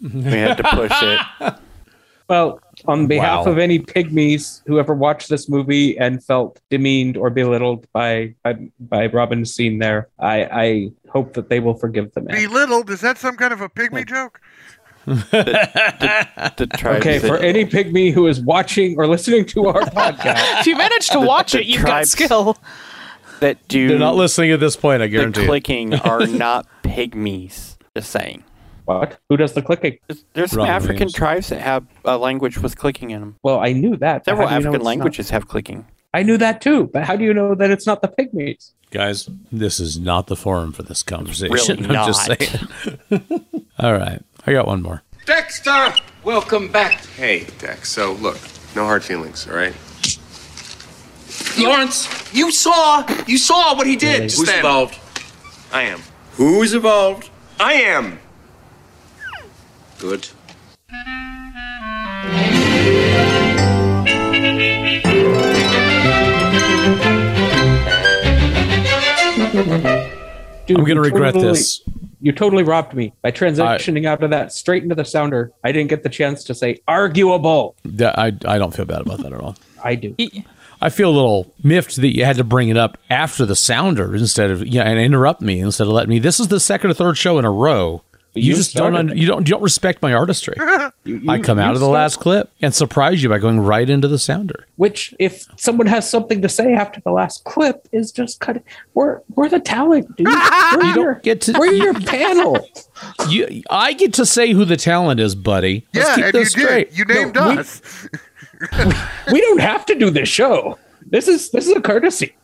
[SPEAKER 4] We had to push it.
[SPEAKER 6] *laughs* Well, On behalf
[SPEAKER 2] Wow.
[SPEAKER 6] of any pygmies who ever watched this movie and felt demeaned or belittled by by, by Robin's scene there, I, I hope that they will forgive
[SPEAKER 5] *laughs*
[SPEAKER 6] the man.
[SPEAKER 5] Belittled? Is that some kind of a pygmy joke?
[SPEAKER 6] okay, for any pygmy who is watching or listening to our podcast,
[SPEAKER 3] if you manage to
[SPEAKER 6] The-
[SPEAKER 3] watch
[SPEAKER 6] the
[SPEAKER 3] it, you've got
[SPEAKER 6] tribes-
[SPEAKER 3] skill.
[SPEAKER 4] that do
[SPEAKER 2] They're not listening at this point. I guarantee.
[SPEAKER 4] The
[SPEAKER 2] it.
[SPEAKER 6] *laughs*
[SPEAKER 4] clicking are not pygmies. Just saying.
[SPEAKER 6] What? Who does the clicking?
[SPEAKER 4] There's some
[SPEAKER 6] Robin
[SPEAKER 4] African
[SPEAKER 6] Williams.
[SPEAKER 4] tribes that have a language with clicking in them.
[SPEAKER 6] Well, I knew that. but
[SPEAKER 4] Several
[SPEAKER 6] how do you know
[SPEAKER 4] African
[SPEAKER 6] it's not?
[SPEAKER 4] languages have clicking.
[SPEAKER 6] I knew that too, but how do you know that it's not the pygmies?
[SPEAKER 2] Guys, this is not the forum for this conversation.
[SPEAKER 6] really
[SPEAKER 2] *laughs* I'm just
[SPEAKER 6] not.
[SPEAKER 2] saying. *laughs* All right. I got one more.
[SPEAKER 9] Dexter! Welcome back. Hey, Dex. So, look, no hard feelings, all right?
[SPEAKER 12] Lawrence, you saw you saw what he did just
[SPEAKER 9] Who's
[SPEAKER 12] then.
[SPEAKER 9] involved? I am.
[SPEAKER 12] Who's involved?
[SPEAKER 9] I am.
[SPEAKER 12] Good.
[SPEAKER 6] Dude,
[SPEAKER 2] I'm gonna
[SPEAKER 6] you
[SPEAKER 2] regret this.
[SPEAKER 6] You totally robbed me by transitioning out of that straight into the sounder. I didn't get the chance to say arguable.
[SPEAKER 2] Yeah, I, I don't feel bad about that at all.
[SPEAKER 6] I do.
[SPEAKER 2] I feel a little miffed that you had to bring it up after the sounder instead of yeah, and interrupt me instead of letting me. This is the second or third show in a row. You,
[SPEAKER 6] you
[SPEAKER 2] just don't
[SPEAKER 6] started
[SPEAKER 2] un, you don't you don't respect my artistry. *laughs* I come
[SPEAKER 6] you
[SPEAKER 2] out of the
[SPEAKER 6] started-
[SPEAKER 2] last clip and surprise you by going right into the sounder.
[SPEAKER 6] Which, if someone has something to say after the last clip, is just cut. We're we're the talent, dude. We're you your,
[SPEAKER 2] get to,
[SPEAKER 6] we're your panel.
[SPEAKER 2] You, I get to say who the talent is, buddy. Let's
[SPEAKER 5] yeah,
[SPEAKER 2] keep
[SPEAKER 5] and you
[SPEAKER 2] this straight.
[SPEAKER 5] did. You named
[SPEAKER 2] No, we-
[SPEAKER 5] us.
[SPEAKER 6] We don't have to do this show. This is this is a courtesy.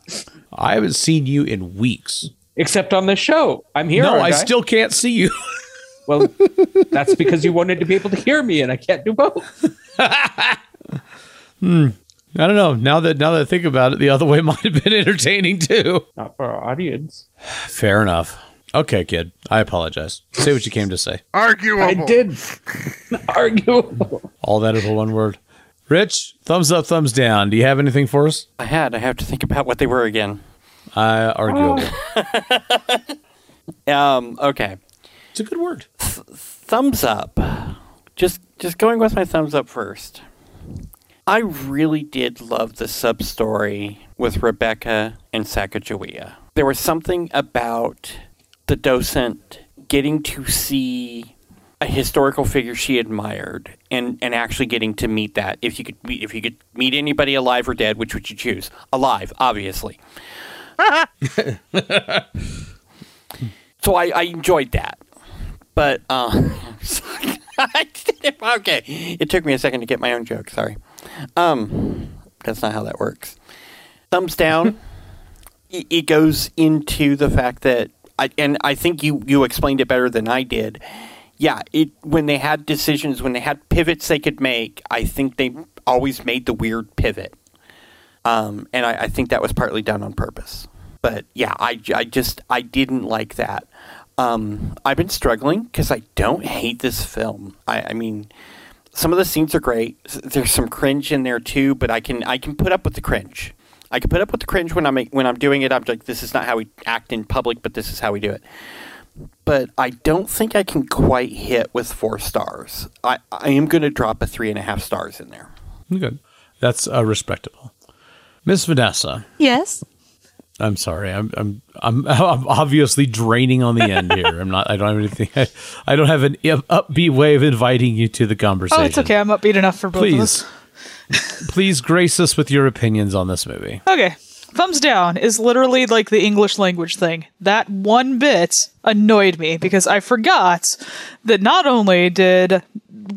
[SPEAKER 2] I haven't seen you in weeks.
[SPEAKER 6] Except on this show, I'm here.
[SPEAKER 2] No,
[SPEAKER 6] aren't
[SPEAKER 2] I still can't see you. *laughs*
[SPEAKER 6] Well, that's because you wanted to be able to hear me, and I can't do both.
[SPEAKER 2] Hmm. I don't know. Now that now that I think about it, the other way *laughs* might have been entertaining too.
[SPEAKER 6] Not for our audience.
[SPEAKER 2] Fair enough. Okay, kid. I apologize. Say what you came to say.
[SPEAKER 5] Arguable.
[SPEAKER 6] I did. Arguable.
[SPEAKER 2] All that is a one word. Rich, thumbs up, thumbs down. Do you have anything for us?
[SPEAKER 4] I had. I have to think about what they were again.
[SPEAKER 2] Uh, arguable.
[SPEAKER 4] *laughs* Um. Okay.
[SPEAKER 2] It's a good word.
[SPEAKER 4] thumbs up. Just just going with my thumbs up first. I really did love the sub story with Rebecca and Sacagawea. There was something about the docent getting to see a historical figure she admired and, and actually getting to meet that if you could meet, if you could meet anybody alive or dead which would you choose alive obviously so I, I enjoyed that but uh, *laughs* I didn't- okay, it took me a second to get my own joke. Sorry, um, that's not how that works. Thumbs down. it, it goes into the fact that I and I think you you explained it better than I did. Yeah, it when they had decisions, when they had pivots they could make, I think they always made the weird pivot. Um, and I, I think that was partly done on purpose. But yeah, I, j- I just I didn't like that. Um, I've been struggling because I don't hate this film. I, I mean, some of the scenes are great. S- There's some cringe in there too, but I can I can put up with the cringe. I can put up with the cringe when I'm when I'm doing it. I'm like, this is not how we act in public, but this is how we do it but I don't think I can quite hit with four stars. I, I am going to drop a three and a half stars in there.
[SPEAKER 2] Good. That's uh, respectable. Miss Vanessa,
[SPEAKER 3] Yes. Oh,
[SPEAKER 2] I'm sorry. I'm I'm I'm, *laughs* I'm obviously draining on the end here. I'm not. I don't have anything. *laughs* I, I don't have an up- upbeat way of inviting you to the conversation.
[SPEAKER 3] Oh, it's okay. I'm upbeat enough for both of us.
[SPEAKER 2] Please, please grace us with your opinions on this movie.
[SPEAKER 3] Okay. Thumbs down is literally like the English language thing. That one bit annoyed me because I forgot that not only did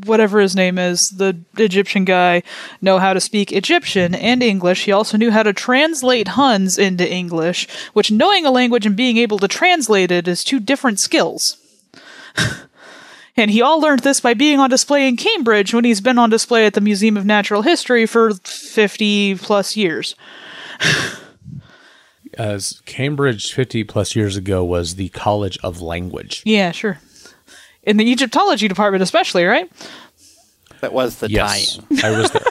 [SPEAKER 3] whatever his name is, the Egyptian guy, know how to speak Egyptian and English, he also knew how to translate Huns into English, which knowing a language and being able to translate it is two different skills. *laughs* And he all learned this by being on display in Cambridge when he's been on display at the Museum of Natural History for 50 plus years.
[SPEAKER 2] As Cambridge 50 plus years ago was the College of Language.
[SPEAKER 3] Yeah, sure. In the Egyptology department, especially, right?
[SPEAKER 4] That was the
[SPEAKER 2] yes, I was there.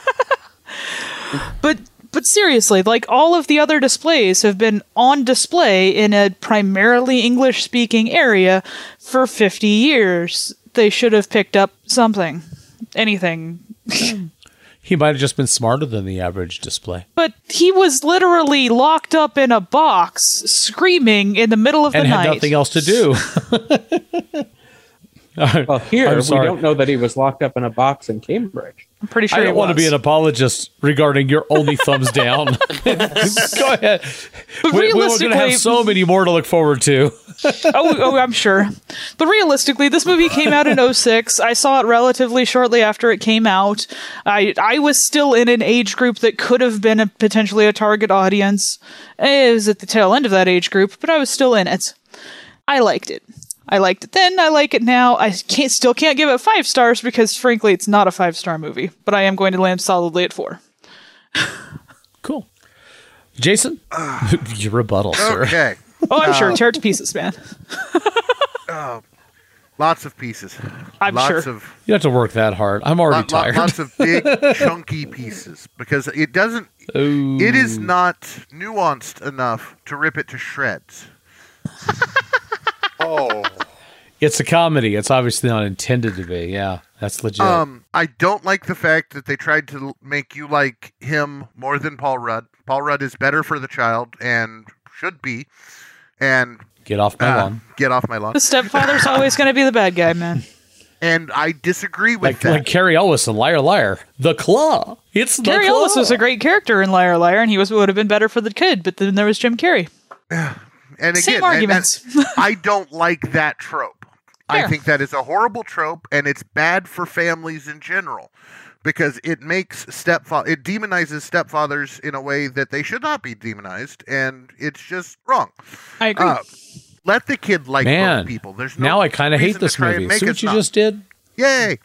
[SPEAKER 3] But but seriously, like all of the other displays have been on display in a primarily English speaking area for 50 years. They should have picked up something, anything.
[SPEAKER 2] He might have just been smarter than the average display.
[SPEAKER 3] But he was literally locked up in a box, screaming in the middle of
[SPEAKER 2] and
[SPEAKER 3] the
[SPEAKER 2] had
[SPEAKER 3] night.
[SPEAKER 2] nothing else to do. *laughs* well,
[SPEAKER 6] Here, we don't know that he was locked up in a box in Cambridge.
[SPEAKER 3] I'm pretty
[SPEAKER 2] I don't want to be an apologist regarding your only thumbs down. *laughs* Go ahead.
[SPEAKER 3] But
[SPEAKER 2] we, we were going to have
[SPEAKER 3] realistically-
[SPEAKER 2] so many more to look forward to.
[SPEAKER 3] oh, oh, I'm sure. But realistically, this movie came out in 06. I saw it relatively shortly after it came out. I I was still in an age group that could have been a, potentially a target audience. Eh, It was at the tail end of that age group, but I was still in it. I liked it. I liked it then. I like it now. I can't, still can't give it five stars because, frankly, it's not a five star movie. But I am going to land solidly at four.
[SPEAKER 2] Jason, *laughs* your rebuttal, *laughs* sir.
[SPEAKER 5] Ah. Okay.
[SPEAKER 3] Oh, I'm
[SPEAKER 5] Uh,
[SPEAKER 3] sure. Tear it to pieces, man.
[SPEAKER 5] Oh, lots of pieces.
[SPEAKER 3] I'm
[SPEAKER 5] lots
[SPEAKER 3] sure.
[SPEAKER 5] Of,
[SPEAKER 2] You don't have to work that hard. I'm already
[SPEAKER 5] lot- lot-
[SPEAKER 2] tired.
[SPEAKER 5] lots of
[SPEAKER 3] *laughs*
[SPEAKER 5] big, chunky pieces because it doesn't. It is not nuanced enough to rip it to shreds. oh.
[SPEAKER 2] It's a comedy. It's obviously not intended to be. Yeah, that's legit.
[SPEAKER 5] Um, I don't like the fact that they tried to l- make you like him more than Paul Rudd. Paul Rudd is better for the child and should be. And
[SPEAKER 2] Get off my
[SPEAKER 5] uh,
[SPEAKER 2] lawn.
[SPEAKER 5] Get off my lawn.
[SPEAKER 3] The stepfather's always going to be the bad guy, man.
[SPEAKER 5] And I disagree with
[SPEAKER 2] Like,
[SPEAKER 5] that.
[SPEAKER 2] like Carrie Ellis and Liar Liar. The Claw. It's the
[SPEAKER 3] Carrie
[SPEAKER 2] Claw.
[SPEAKER 3] Ellis was a great character in Liar Liar, and he was would have been better for the kid. But then there was Jim Carrey.
[SPEAKER 5] and again,
[SPEAKER 3] Same
[SPEAKER 5] and
[SPEAKER 3] arguments.
[SPEAKER 5] that's- *laughs* I don't like that trope. I
[SPEAKER 3] Fair.
[SPEAKER 5] think that is a horrible trope, and it's bad for families in general because it makes stepfather it demonizes stepfathers in a way that they should not be demonized, and it's just wrong. Uh,
[SPEAKER 3] I agree.
[SPEAKER 5] let the kid like
[SPEAKER 2] Man,
[SPEAKER 5] both people. There's no
[SPEAKER 2] now I kind of hate
[SPEAKER 5] reason to
[SPEAKER 2] this
[SPEAKER 5] try and
[SPEAKER 2] movie.
[SPEAKER 5] make
[SPEAKER 2] See what
[SPEAKER 5] us
[SPEAKER 2] you
[SPEAKER 5] not.
[SPEAKER 2] just did?
[SPEAKER 5] Yay!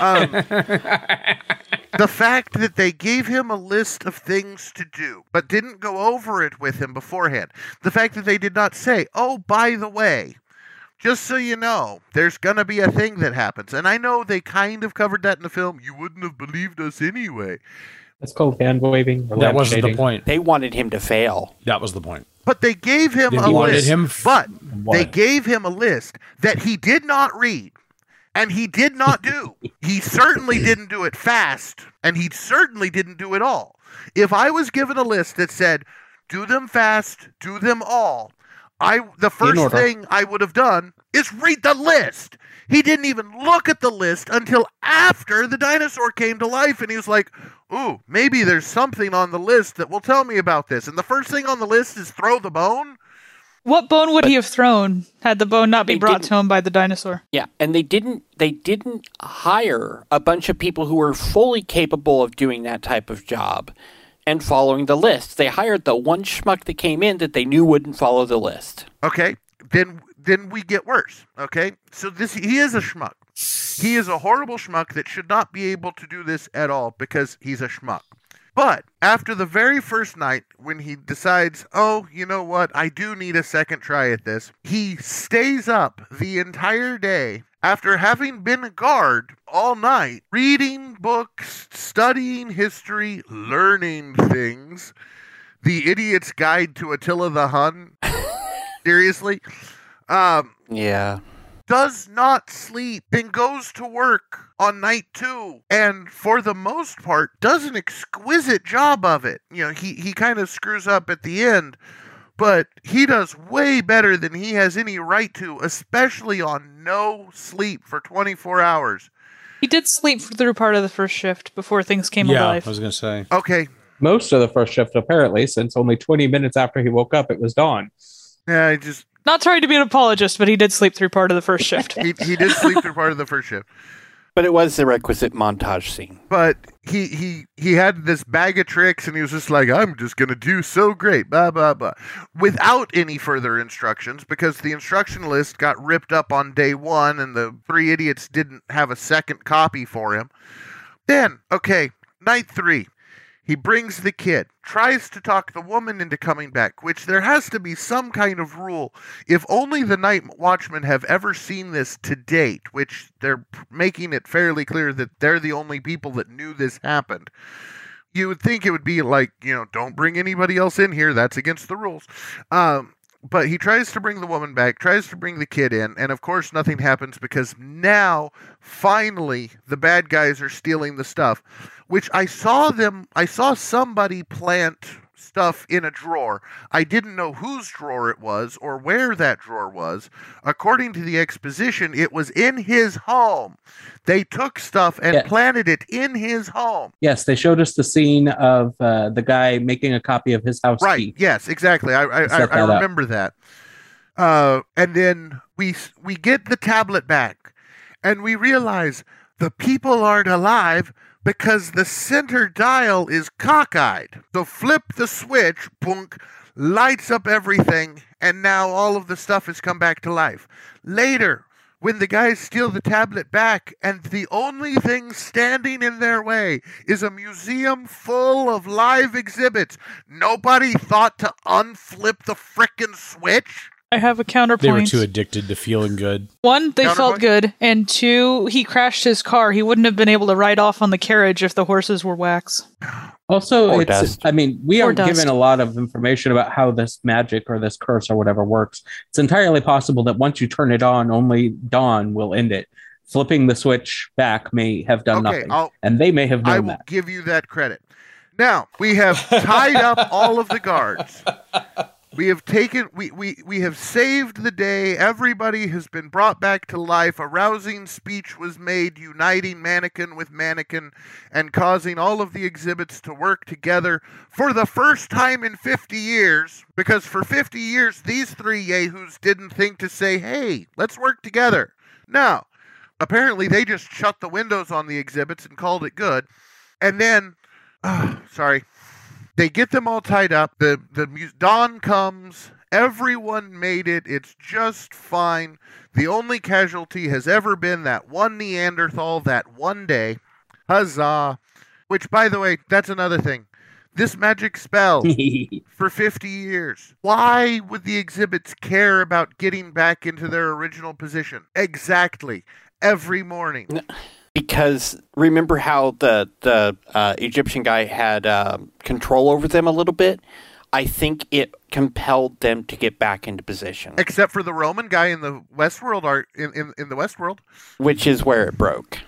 [SPEAKER 5] Um, the fact that they gave him a list of things to do, but didn't go over it with him beforehand. The fact that they did not say, oh, by the way, just so you know, there's going to be a thing that happens. And I know they kind of covered that in the film. You wouldn't have believed us anyway.
[SPEAKER 6] That's called hand waving.
[SPEAKER 2] That wasn't the point.
[SPEAKER 4] They wanted *laughs* him to fail.
[SPEAKER 2] That was the point.
[SPEAKER 5] But they gave him
[SPEAKER 2] They
[SPEAKER 5] a
[SPEAKER 2] wanted
[SPEAKER 5] list.
[SPEAKER 2] him f-
[SPEAKER 5] but they
[SPEAKER 2] What?
[SPEAKER 5] gave him a list that he did not read and he did not do. he certainly didn't do it fast and he certainly didn't do it all. If I was given a list that said, do them fast, do them all, I the first
[SPEAKER 6] order.
[SPEAKER 5] thing I would have done is read the list. He didn't even look at the list until after the dinosaur came to life and he was like, "Ooh, maybe there's something on the list that will tell me about this." And the first thing on the list is throw the bone.
[SPEAKER 3] What bone would he have thrown had the bone not been
[SPEAKER 4] They
[SPEAKER 3] brought
[SPEAKER 4] didn't-
[SPEAKER 3] to him by the dinosaur?
[SPEAKER 4] Yeah, and they didn't they didn't hire a bunch of people who were fully capable of doing that type of job and following the list. They hired the one schmuck that came in that they knew wouldn't follow
[SPEAKER 5] *laughs*
[SPEAKER 4] the list.
[SPEAKER 5] Okay, then then we get worse. Okay, so this he is a schmuck. He is a horrible schmuck that should not be able to do this at all because he's a schmuck. But after the very first night, when he decides, oh, you know what, I do need a second try at this, he stays up the entire day after having been a guard all night, reading books, studying history, learning things. The Idiot's Guide to Attila the Hun. Seriously? Um,
[SPEAKER 4] Yeah.
[SPEAKER 5] does not sleep and goes to work on night two and for the most part does an exquisite job of it you know he, he kind of screws up at the end but he does way better than he has any right to especially on no sleep for 24 hours
[SPEAKER 3] He did sleep through part of the first shift before things came alive.
[SPEAKER 2] was going to say.
[SPEAKER 5] okay
[SPEAKER 6] Most of the first shift, apparently, since only 20 minutes after he woke up, it was dawn.
[SPEAKER 5] yeah i just
[SPEAKER 3] Not trying to be an apologist, but he did sleep through part of the first shift.
[SPEAKER 5] he, he did sleep through part of the first shift
[SPEAKER 4] But it was the requisite montage scene.
[SPEAKER 5] but he he he had this bag of tricks and he was just like i'm just gonna do so great blah blah blah without any further instructions because the instruction list got ripped up on day one and the three idiots didn't have a second copy for him then okay night three he brings the kid, tries to talk the woman into coming back, which there has to be some kind of rule. If only the night watchmen have ever seen this to date, which they're p- making it fairly clear that they're the only people that knew this happened. You would think it would be like, you know, don't bring anybody else in here. That's against the rules. Um, but he tries to bring the woman back, tries to bring the kid in, and of course nothing happens because now finally the bad guys are stealing the stuff, which I saw them I saw somebody plant stuff in a drawer. I didn't know whose drawer it was or where that drawer was. According to the exposition, it was in his home. They took stuff and
[SPEAKER 6] Yeah.
[SPEAKER 5] planted it in his home.
[SPEAKER 6] Yes, they showed us the scene of uh, the guy making a copy of his house
[SPEAKER 5] right.
[SPEAKER 6] key.
[SPEAKER 5] Yes, exactly. I I,
[SPEAKER 6] Set
[SPEAKER 5] I,
[SPEAKER 6] that up.
[SPEAKER 5] I remember that. Uh, and then we s- we get the tablet back, and we realize the people aren't alive because the center dial is cockeyed. So flip the switch, boonk, lights up everything, and now all of the stuff has come back to life. Later, when the guys steal the tablet back, and the only thing standing in their way is a museum full of live exhibits. Nobody thought to unflip the frickin' switch.
[SPEAKER 3] *laughs* I have a counterpoint.
[SPEAKER 2] They were too addicted to feeling good.
[SPEAKER 3] One, they felt good, and two, he crashed his car. He wouldn't have been able to ride off on the carriage if the horses were wax.
[SPEAKER 6] Also,
[SPEAKER 3] Or
[SPEAKER 6] it's,
[SPEAKER 3] dust.
[SPEAKER 6] I mean, we
[SPEAKER 3] Or
[SPEAKER 6] are
[SPEAKER 3] dust.
[SPEAKER 6] given a lot of information about how this magic or this curse or whatever works. It's entirely possible that once you turn it on, only dawn will end it. Flipping the switch back may have done
[SPEAKER 5] Okay,
[SPEAKER 6] nothing,
[SPEAKER 5] I'll-
[SPEAKER 6] and they may have
[SPEAKER 5] I
[SPEAKER 6] known
[SPEAKER 5] will
[SPEAKER 6] that.
[SPEAKER 5] give you that credit. Now, we have tied up all of the guards. We have taken we, we, we have saved the day. Everybody has been brought back to life. A rousing speech was made uniting mannequin with mannequin and causing all of the exhibits to work together for the first time in 50 years because for 50 years these three yahoos didn't think to say, "Hey, let's work together." No. Apparently they just shut the windows on the exhibits and called it good. And then *sighs* sorry. They get them all tied up. The the mu- dawn comes. Everyone made it. It's just fine. The only casualty has ever been that one Neanderthal that one day. Huzzah! Which, by the way, that's another thing. This magic spell for 50 years. Why would the exhibits care about getting back into their original position? Exactly. Every morning.
[SPEAKER 4] because remember how the the uh, Egyptian guy had um control over them a little bit. I think it compelled them to get back into position,
[SPEAKER 5] Except for the Roman guy in the Westworld art in, in, in the Westworld.
[SPEAKER 4] which is where it broke.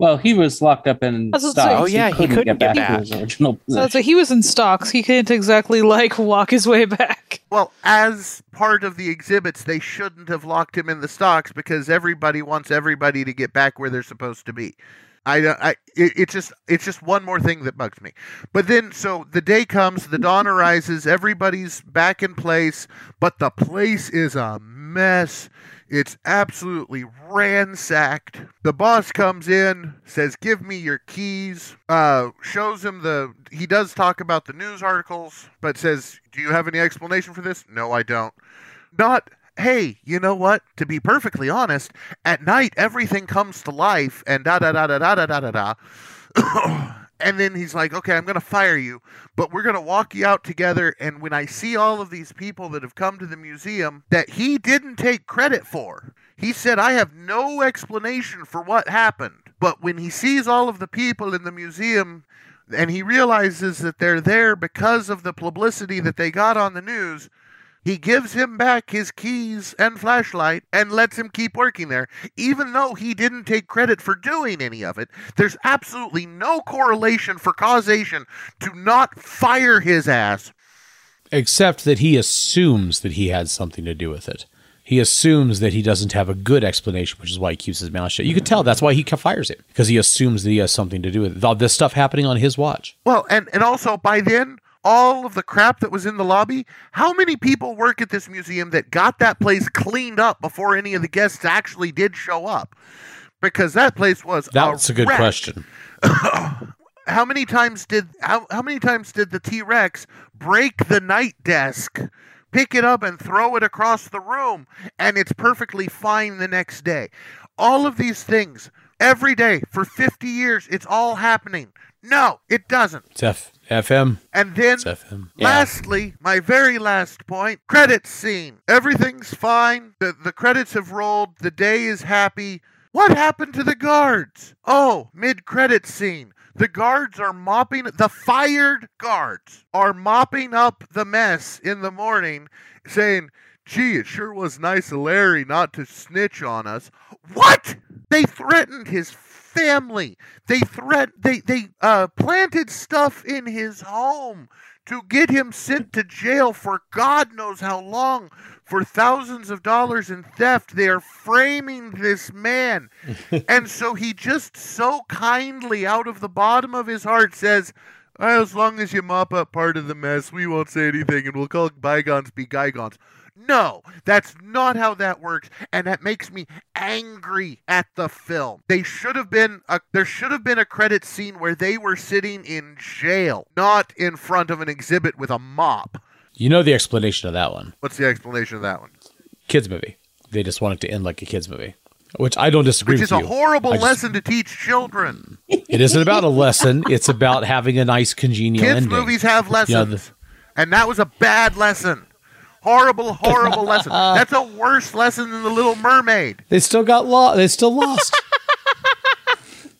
[SPEAKER 6] Well, he was locked up in
[SPEAKER 3] That's what I'm
[SPEAKER 6] stocks.
[SPEAKER 3] saying. Oh, yeah, he couldn't get
[SPEAKER 6] to
[SPEAKER 3] back.
[SPEAKER 6] his original
[SPEAKER 3] So,
[SPEAKER 6] position.
[SPEAKER 3] so he was in stocks. He couldn't exactly like walk his way back.
[SPEAKER 5] Well, as part of the exhibits, they shouldn't have locked him in the stocks because everybody wants everybody to get back where they're supposed to be. I don't. I. It, it's just. It's just one more thing that bugs me. But then, so the day comes, the dawn arises, everybody's back in place, but the place is a mess. It's absolutely ransacked. The boss comes in, says, "Give me your keys." Uh, shows him the. He does talk about the news articles, but says, "Do you have any explanation for this?" No, I don't. Not. Hey, you know what? To be perfectly honest, at night everything comes to life, and da da da da da da da da da. And then he's like, okay, I'm going to fire you, but we're going to walk you out together. And when I see all of these people that have come to the museum that he didn't take credit for, he said, I have no explanation for what happened. But when he sees all of the people in the museum and he realizes that they're there because of the publicity that they got on the news, he gives him back his keys and flashlight and lets him keep working there, even though he didn't take credit for doing any of it. There's absolutely no correlation for causation to not fire his ass.
[SPEAKER 2] Except that he assumes that he had something to do with it. He assumes that he doesn't have a good explanation, which is why he keeps his mouth shut. You could tell that's why he ca- fires him because he assumes that he has something to do with it. All this stuff happening on his watch.
[SPEAKER 5] Well, and, and also by then, all of the crap that was in the lobby, how many people work at this museum that got that place cleaned up before any of the guests actually did show up? Because that place was
[SPEAKER 2] That's a good
[SPEAKER 5] wreck.
[SPEAKER 2] question.
[SPEAKER 5] how many times did how, how many times did the T-Rex break the night desk, pick it up and throw it across the room and it's perfectly fine the next day. All of these things every day for 50 years it's all happening. No, it doesn't.
[SPEAKER 2] It's F- FM.
[SPEAKER 5] And then
[SPEAKER 2] It's FM.
[SPEAKER 5] Lastly, my very last point credits scene. Everything's fine. The, the credits have rolled. The day is happy. What happened to the guards? Oh, mid credit scene. The guards are mopping, the fired guards are mopping up the mess in the morning, saying, Gee, it sure was nice of Larry not to snitch on us. What? They threatened his family. They threat they they uh planted stuff in his home to get him sent to jail for God knows how long for thousands of dollars in theft. They are framing this man. and so he just so kindly, out of the bottom of his heart, says, "Uh, As long as you mop up part of the mess, we won't say anything and we'll call bygones be bygones. No, that's not how that works, and that makes me angry at the film. They should have been a there should have been a credit scene where they were sitting in jail, not in front of an exhibit with a mop.
[SPEAKER 2] You know the explanation of that one.
[SPEAKER 5] What's the explanation of that one?
[SPEAKER 2] Kids movie. They just want it to end like a kids movie, which I don't disagree
[SPEAKER 5] Which
[SPEAKER 2] with
[SPEAKER 5] is a
[SPEAKER 2] you.
[SPEAKER 5] horrible
[SPEAKER 2] I just-
[SPEAKER 5] lesson to teach children.
[SPEAKER 2] It isn't about a lesson. *laughs* It's about having a nice congenial
[SPEAKER 5] Kids
[SPEAKER 2] ending.
[SPEAKER 5] movies have
[SPEAKER 2] You know,
[SPEAKER 5] lessons.
[SPEAKER 2] the-
[SPEAKER 5] And that was a bad lesson. Horrible, horrible
[SPEAKER 2] *laughs*
[SPEAKER 5] lesson. That's a worse lesson than the Little Mermaid.
[SPEAKER 2] They still got lost. They still lost. *laughs*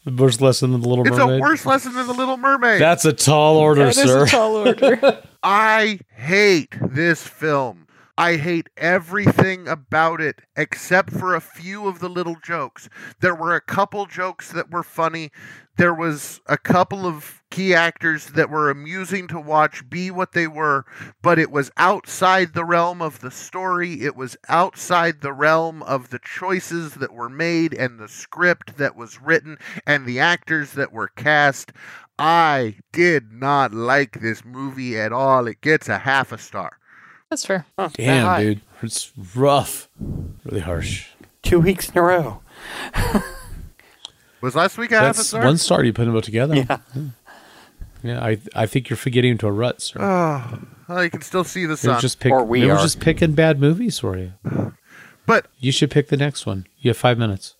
[SPEAKER 2] the worst lesson in the Little
[SPEAKER 5] It's a
[SPEAKER 2] Mermaid.
[SPEAKER 5] worse lesson than the Little Mermaid.
[SPEAKER 2] That's a tall order, sir. *laughs*
[SPEAKER 5] order. I hate this film. I hate everything about it except for a few of the little jokes. There were a couple jokes that were funny. There was a couple of key actors that were amusing to watch be what they were, but it was outside the realm of the story. It was outside the realm of the choices that were made and the script that was written and the actors that were cast. I did not like this movie at all. It gets a half a star.
[SPEAKER 3] That's fair.
[SPEAKER 2] *laughs* Damn,
[SPEAKER 5] Hi.
[SPEAKER 2] dude, it's rough. Really harsh.
[SPEAKER 4] Two weeks in a row.
[SPEAKER 5] Was last week a half a
[SPEAKER 2] That's
[SPEAKER 5] star?
[SPEAKER 2] one star you put them both together. Yeah. Yeah, I I think you're forgetting to a rut, sir.
[SPEAKER 5] Oh, well, you can still see the
[SPEAKER 2] They were
[SPEAKER 5] sun.
[SPEAKER 2] just pick, they were just picking bad movies for you.
[SPEAKER 5] But
[SPEAKER 2] you should pick the next one. You have five minutes.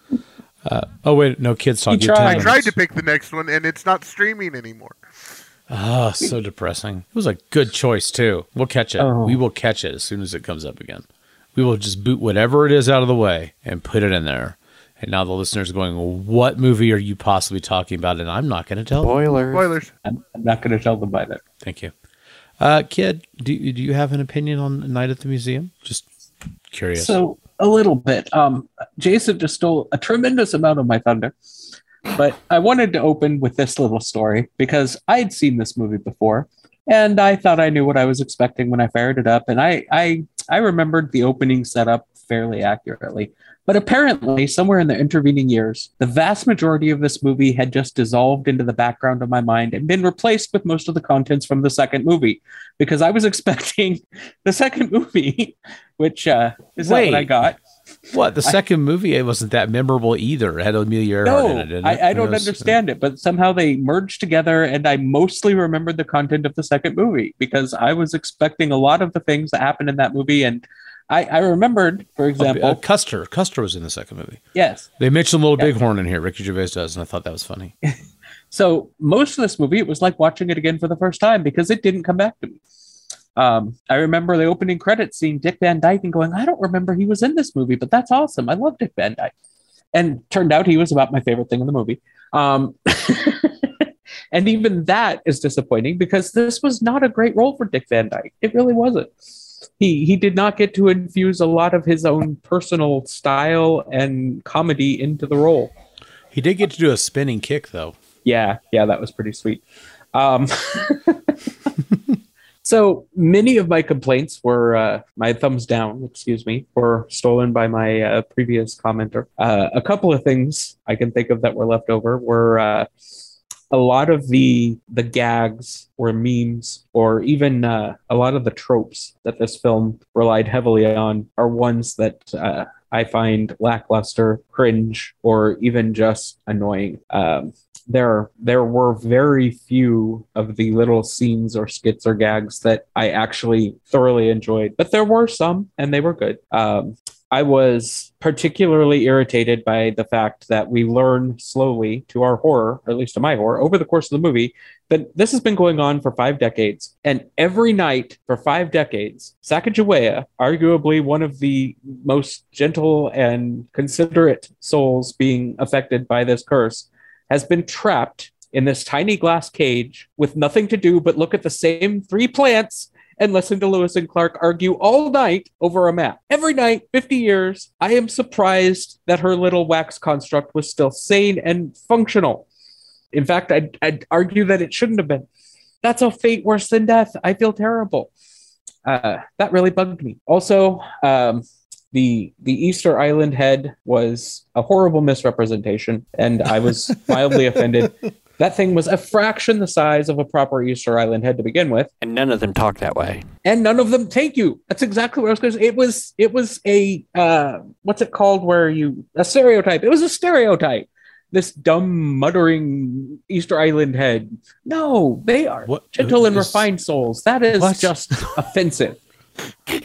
[SPEAKER 2] Uh, oh wait, no kids talk. You have 10
[SPEAKER 5] I
[SPEAKER 2] minutes.
[SPEAKER 5] tried to pick the next one, and it's not streaming anymore.
[SPEAKER 2] Ah, so depressing. It was a good choice too. We'll catch it.
[SPEAKER 5] Oh.
[SPEAKER 2] We will catch it as soon as it comes up again. We will just boot whatever it is out of the way and put it in there. And now the listeners are going, well, "What movie are you possibly talking about?" And I'm not going to tell.
[SPEAKER 4] Spoilers.
[SPEAKER 5] Spoilers.
[SPEAKER 2] I'm, not going to tell them either. Thank you, uh, kid. Do do you have an opinion on Night at the Museum? Just curious.
[SPEAKER 6] So a little bit. Um, Jason just stole a tremendous amount of my thunder, but I wanted to open with this little story because I'd seen this movie before, and I thought I knew what I was expecting when I fired it up, and I I I remembered the opening setup fairly accurately. But apparently, somewhere in the intervening years, the vast majority of this movie had just dissolved into the background of my mind and been replaced with most of the contents from the second movie, because I was *laughs* expecting the second movie, which uh, is not what I
[SPEAKER 2] Wait.
[SPEAKER 6] got.
[SPEAKER 2] what the
[SPEAKER 6] I-
[SPEAKER 2] second movie? It wasn't that memorable either. It had Amelia Earhart in
[SPEAKER 6] No,
[SPEAKER 2] it. didn't it?
[SPEAKER 6] I, I
[SPEAKER 2] It
[SPEAKER 6] don't
[SPEAKER 2] was-
[SPEAKER 6] understand it, but somehow they merged together, and I mostly remembered the content of the second movie because I was expecting a lot of the things that happened in that movie, and I, I remembered, for example,
[SPEAKER 2] Uh, Custer. Custer was in the second movie.
[SPEAKER 6] yes,
[SPEAKER 2] They mentioned Little Bighorn in here. Ricky Gervais does, and I thought that was funny.
[SPEAKER 6] So most of this movie, it was like watching it again for the first time because it didn't come back to me. Um, I remember the opening credits seeing Dick Van Dyke and going, I don't remember he was in this movie, but that's awesome. I love Dick Van Dyke. And turned out he was about my favorite thing in the movie. Um, *laughs* and even that is disappointing because this was not a great role for Dick Van Dyke. It really wasn't. He he did not get to infuse a lot of his own personal style and comedy into the role.
[SPEAKER 2] He did get to do a spinning kick though.
[SPEAKER 6] Yeah, yeah, that was pretty sweet. Um, *laughs* so many of my complaints were uh, my thumbs down, excuse me, were stolen by my uh, previous commenter. Uh, a couple of things I can think of that were left over were uh, a lot of the the gags or memes or even uh, a lot of the tropes that this film relied heavily on are ones that uh, I find lackluster, cringe, or even just annoying. Um, there there were very few of the little scenes or skits or gags that I actually thoroughly enjoyed, but there were some and they were good. Um, I was particularly irritated by the fact that we learn slowly, to our horror, or at least to my horror, over the course of the movie, that this has been going on for five decades. And every night for five decades, Sacagawea, arguably one of the most gentle and considerate souls being affected by this curse, has been trapped in this tiny glass cage with nothing to do but look at the same three plants and listen to Lewis and Clark argue all night over a map. Every night, 50 years. I am surprised that her little wax construct was still sane and functional. In fact, I'd, I'd argue that it shouldn't have been. That's a fate worse than death. I feel terrible. Uh, that really bugged me. Also, um, the the Easter Island head was a horrible misrepresentation, and I was mildly offended. That thing was a fraction the size of a proper Easter Island head to begin with,
[SPEAKER 4] And none of them talk that way.
[SPEAKER 6] and none of them take you. That's exactly what I was going to say. It was it was a uh, what's it called? Where you a stereotype? It was a stereotype. This dumb muttering Easter Island head. No, they are gentle and refined souls. That is
[SPEAKER 2] *laughs*
[SPEAKER 6] just offensive. Anyways,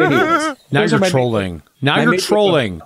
[SPEAKER 2] Now
[SPEAKER 6] those are
[SPEAKER 2] you're
[SPEAKER 6] my-
[SPEAKER 2] trolling. Now
[SPEAKER 6] my
[SPEAKER 2] you're
[SPEAKER 6] major-
[SPEAKER 2] trolling.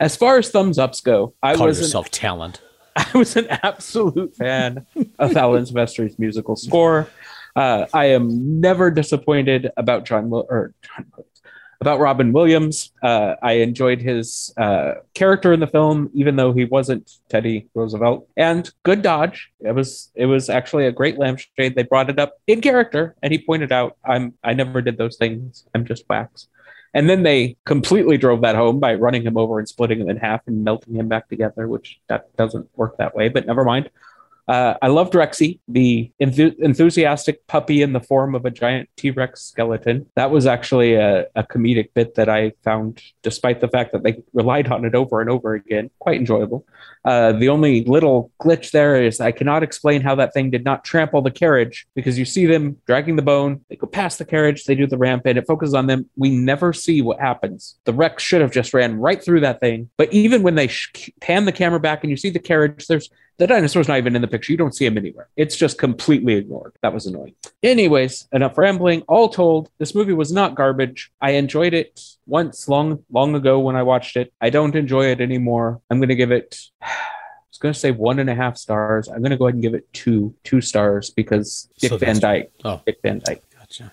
[SPEAKER 6] As far as thumbs ups go, I
[SPEAKER 2] Call
[SPEAKER 6] was an
[SPEAKER 2] yourself talent.
[SPEAKER 6] *laughs* I was an absolute fan of Alan Silvestri's musical score. Uh, I am never disappointed about John Wil- or John Williams, about Robin Williams. Uh, I enjoyed his uh, character in the film, even though he wasn't Teddy Roosevelt. And good dodge. It was it was actually a great lampshade. They brought it up in character, and he pointed out, "I'm I never did those things. I'm just wax." And then they completely drove that home by running him over and splitting him in half and melting him back together, which that doesn't work that way, but never mind. Uh, I loved Rexy, the enthu- enthusiastic puppy in the form of a giant T Rex skeleton. That was actually a, a comedic bit that I found, despite the fact that they relied on it over and over again, quite enjoyable. Uh, the only little glitch there is I cannot explain how that thing did not trample the carriage because you see them dragging the bone, they go past the carriage, they do the ramp, and it focuses on them. We never see what happens. The Rex should have just ran right through that thing. But even when they sh- pan the camera back and you see the carriage, there's the dinosaur's not even in the picture. You don't see him anywhere. It's just completely ignored. That was annoying. Anyways, enough rambling. All told, this movie was not garbage. I enjoyed it once long, long ago when I watched it. I don't enjoy it anymore. I'm going to give it. *sighs* I was going to say one and a half stars. I'm going to go ahead and give it two, two stars because Dick Van
[SPEAKER 2] Sylvester.
[SPEAKER 6] Dyke. Dick Van Dyke.
[SPEAKER 2] Gotcha.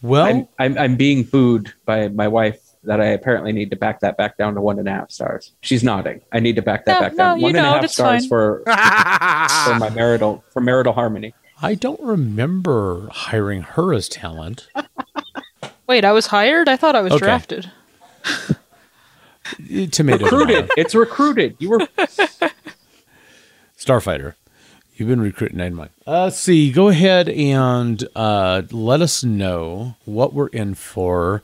[SPEAKER 2] Well,
[SPEAKER 6] I'm, I'm, I'm being booed by my wife that I apparently need to back that back down to one and a half stars. She's nodding. I need to back that
[SPEAKER 3] No,
[SPEAKER 6] back
[SPEAKER 3] no,
[SPEAKER 6] down.
[SPEAKER 3] you
[SPEAKER 6] One and a half
[SPEAKER 3] know, that's
[SPEAKER 6] stars
[SPEAKER 3] fine. *laughs*
[SPEAKER 6] for for my marital for marital harmony.
[SPEAKER 2] I don't remember hiring her as talent.
[SPEAKER 3] *laughs*
[SPEAKER 2] *laughs*
[SPEAKER 3] Wait, I was hired? I thought I was
[SPEAKER 2] Okay.
[SPEAKER 3] drafted.
[SPEAKER 2] Tomato.
[SPEAKER 6] Recruited. it's recruited.
[SPEAKER 3] *laughs*
[SPEAKER 6] You were
[SPEAKER 2] Starfighter. You've been recruiting nine months. Uh, let's see. Go ahead and uh, let us know what we're in for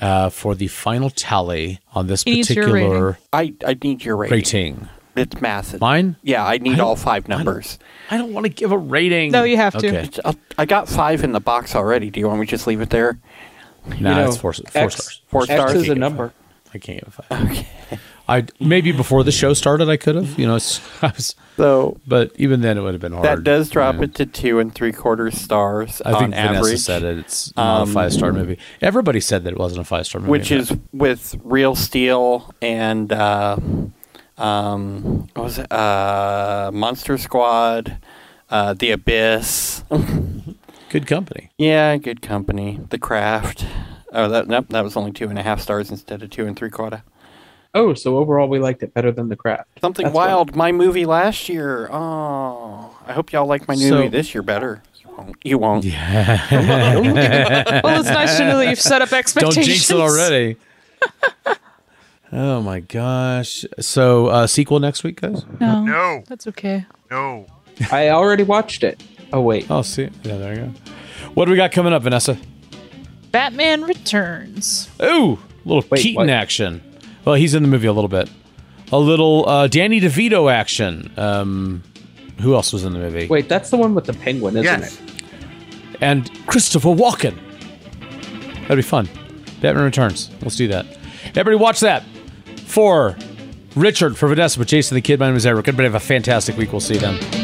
[SPEAKER 2] uh, for the final tally on this
[SPEAKER 4] He needs your
[SPEAKER 2] particular
[SPEAKER 4] I, I need your rating.
[SPEAKER 2] rating.
[SPEAKER 4] It's massive.
[SPEAKER 2] Mine?
[SPEAKER 4] Yeah, I need
[SPEAKER 2] I
[SPEAKER 4] all
[SPEAKER 2] don't-
[SPEAKER 4] five numbers.
[SPEAKER 2] I don't want to give a rating. Okay.
[SPEAKER 4] It's- I'll- I got five in the box already. Do you want me to just leave it there?
[SPEAKER 2] Nah, it's four, four stars.
[SPEAKER 4] Four stars.
[SPEAKER 2] I can't give a five. I maybe before the show started I could have. You know, *laughs* it's, I was,
[SPEAKER 4] so
[SPEAKER 2] but even then it would have been hard.
[SPEAKER 4] That does drop
[SPEAKER 2] Yeah.
[SPEAKER 4] it to two and three quarter stars
[SPEAKER 2] I
[SPEAKER 4] on
[SPEAKER 2] think Vanessa
[SPEAKER 4] average.
[SPEAKER 2] said it. It's not a
[SPEAKER 4] Um,
[SPEAKER 2] five star movie. Everybody said that it wasn't a five star movie,
[SPEAKER 4] which
[SPEAKER 2] but-
[SPEAKER 4] is with Real Steel and uh, um, what was it? Uh, Monster Squad, uh, The Abyss. *laughs*
[SPEAKER 2] good company.
[SPEAKER 4] yeah, good company. The Craft. Oh, that nope, that was only two and a half stars instead of two and three quarter.
[SPEAKER 6] Oh, so overall we liked it better than the craft.
[SPEAKER 4] Something
[SPEAKER 6] That's
[SPEAKER 4] wild. My movie last year. Oh, I hope y'all like my new
[SPEAKER 6] So-
[SPEAKER 4] movie this year better. You won't. You
[SPEAKER 6] *laughs*
[SPEAKER 4] won't.
[SPEAKER 3] Oh, well, it's nice to know that you've set up
[SPEAKER 2] Don't
[SPEAKER 3] expectations.
[SPEAKER 2] jinx it already. *laughs* oh my gosh! So uh, sequel next week, guys.
[SPEAKER 3] No.
[SPEAKER 5] No.
[SPEAKER 3] That's okay.
[SPEAKER 5] No.
[SPEAKER 6] I already watched it. Oh wait.
[SPEAKER 2] Oh, see. Yeah, there you go. What do we got coming up, Vanessa?
[SPEAKER 3] Batman Returns.
[SPEAKER 2] Ooh, a little Keaton action. Well, he's in the movie a little bit. A little uh, Danny DeVito action. Um, who else was in the movie?
[SPEAKER 6] Wait, that's the one with the penguin, isn't
[SPEAKER 2] Yes.
[SPEAKER 6] it?
[SPEAKER 2] And Christopher Walken. That'd be fun. Batman Returns. Let's do that. Everybody, watch that. For Richard, for Vanessa, for Jason the Kid, my name is Eric. Everybody have a fantastic week. We'll see you then.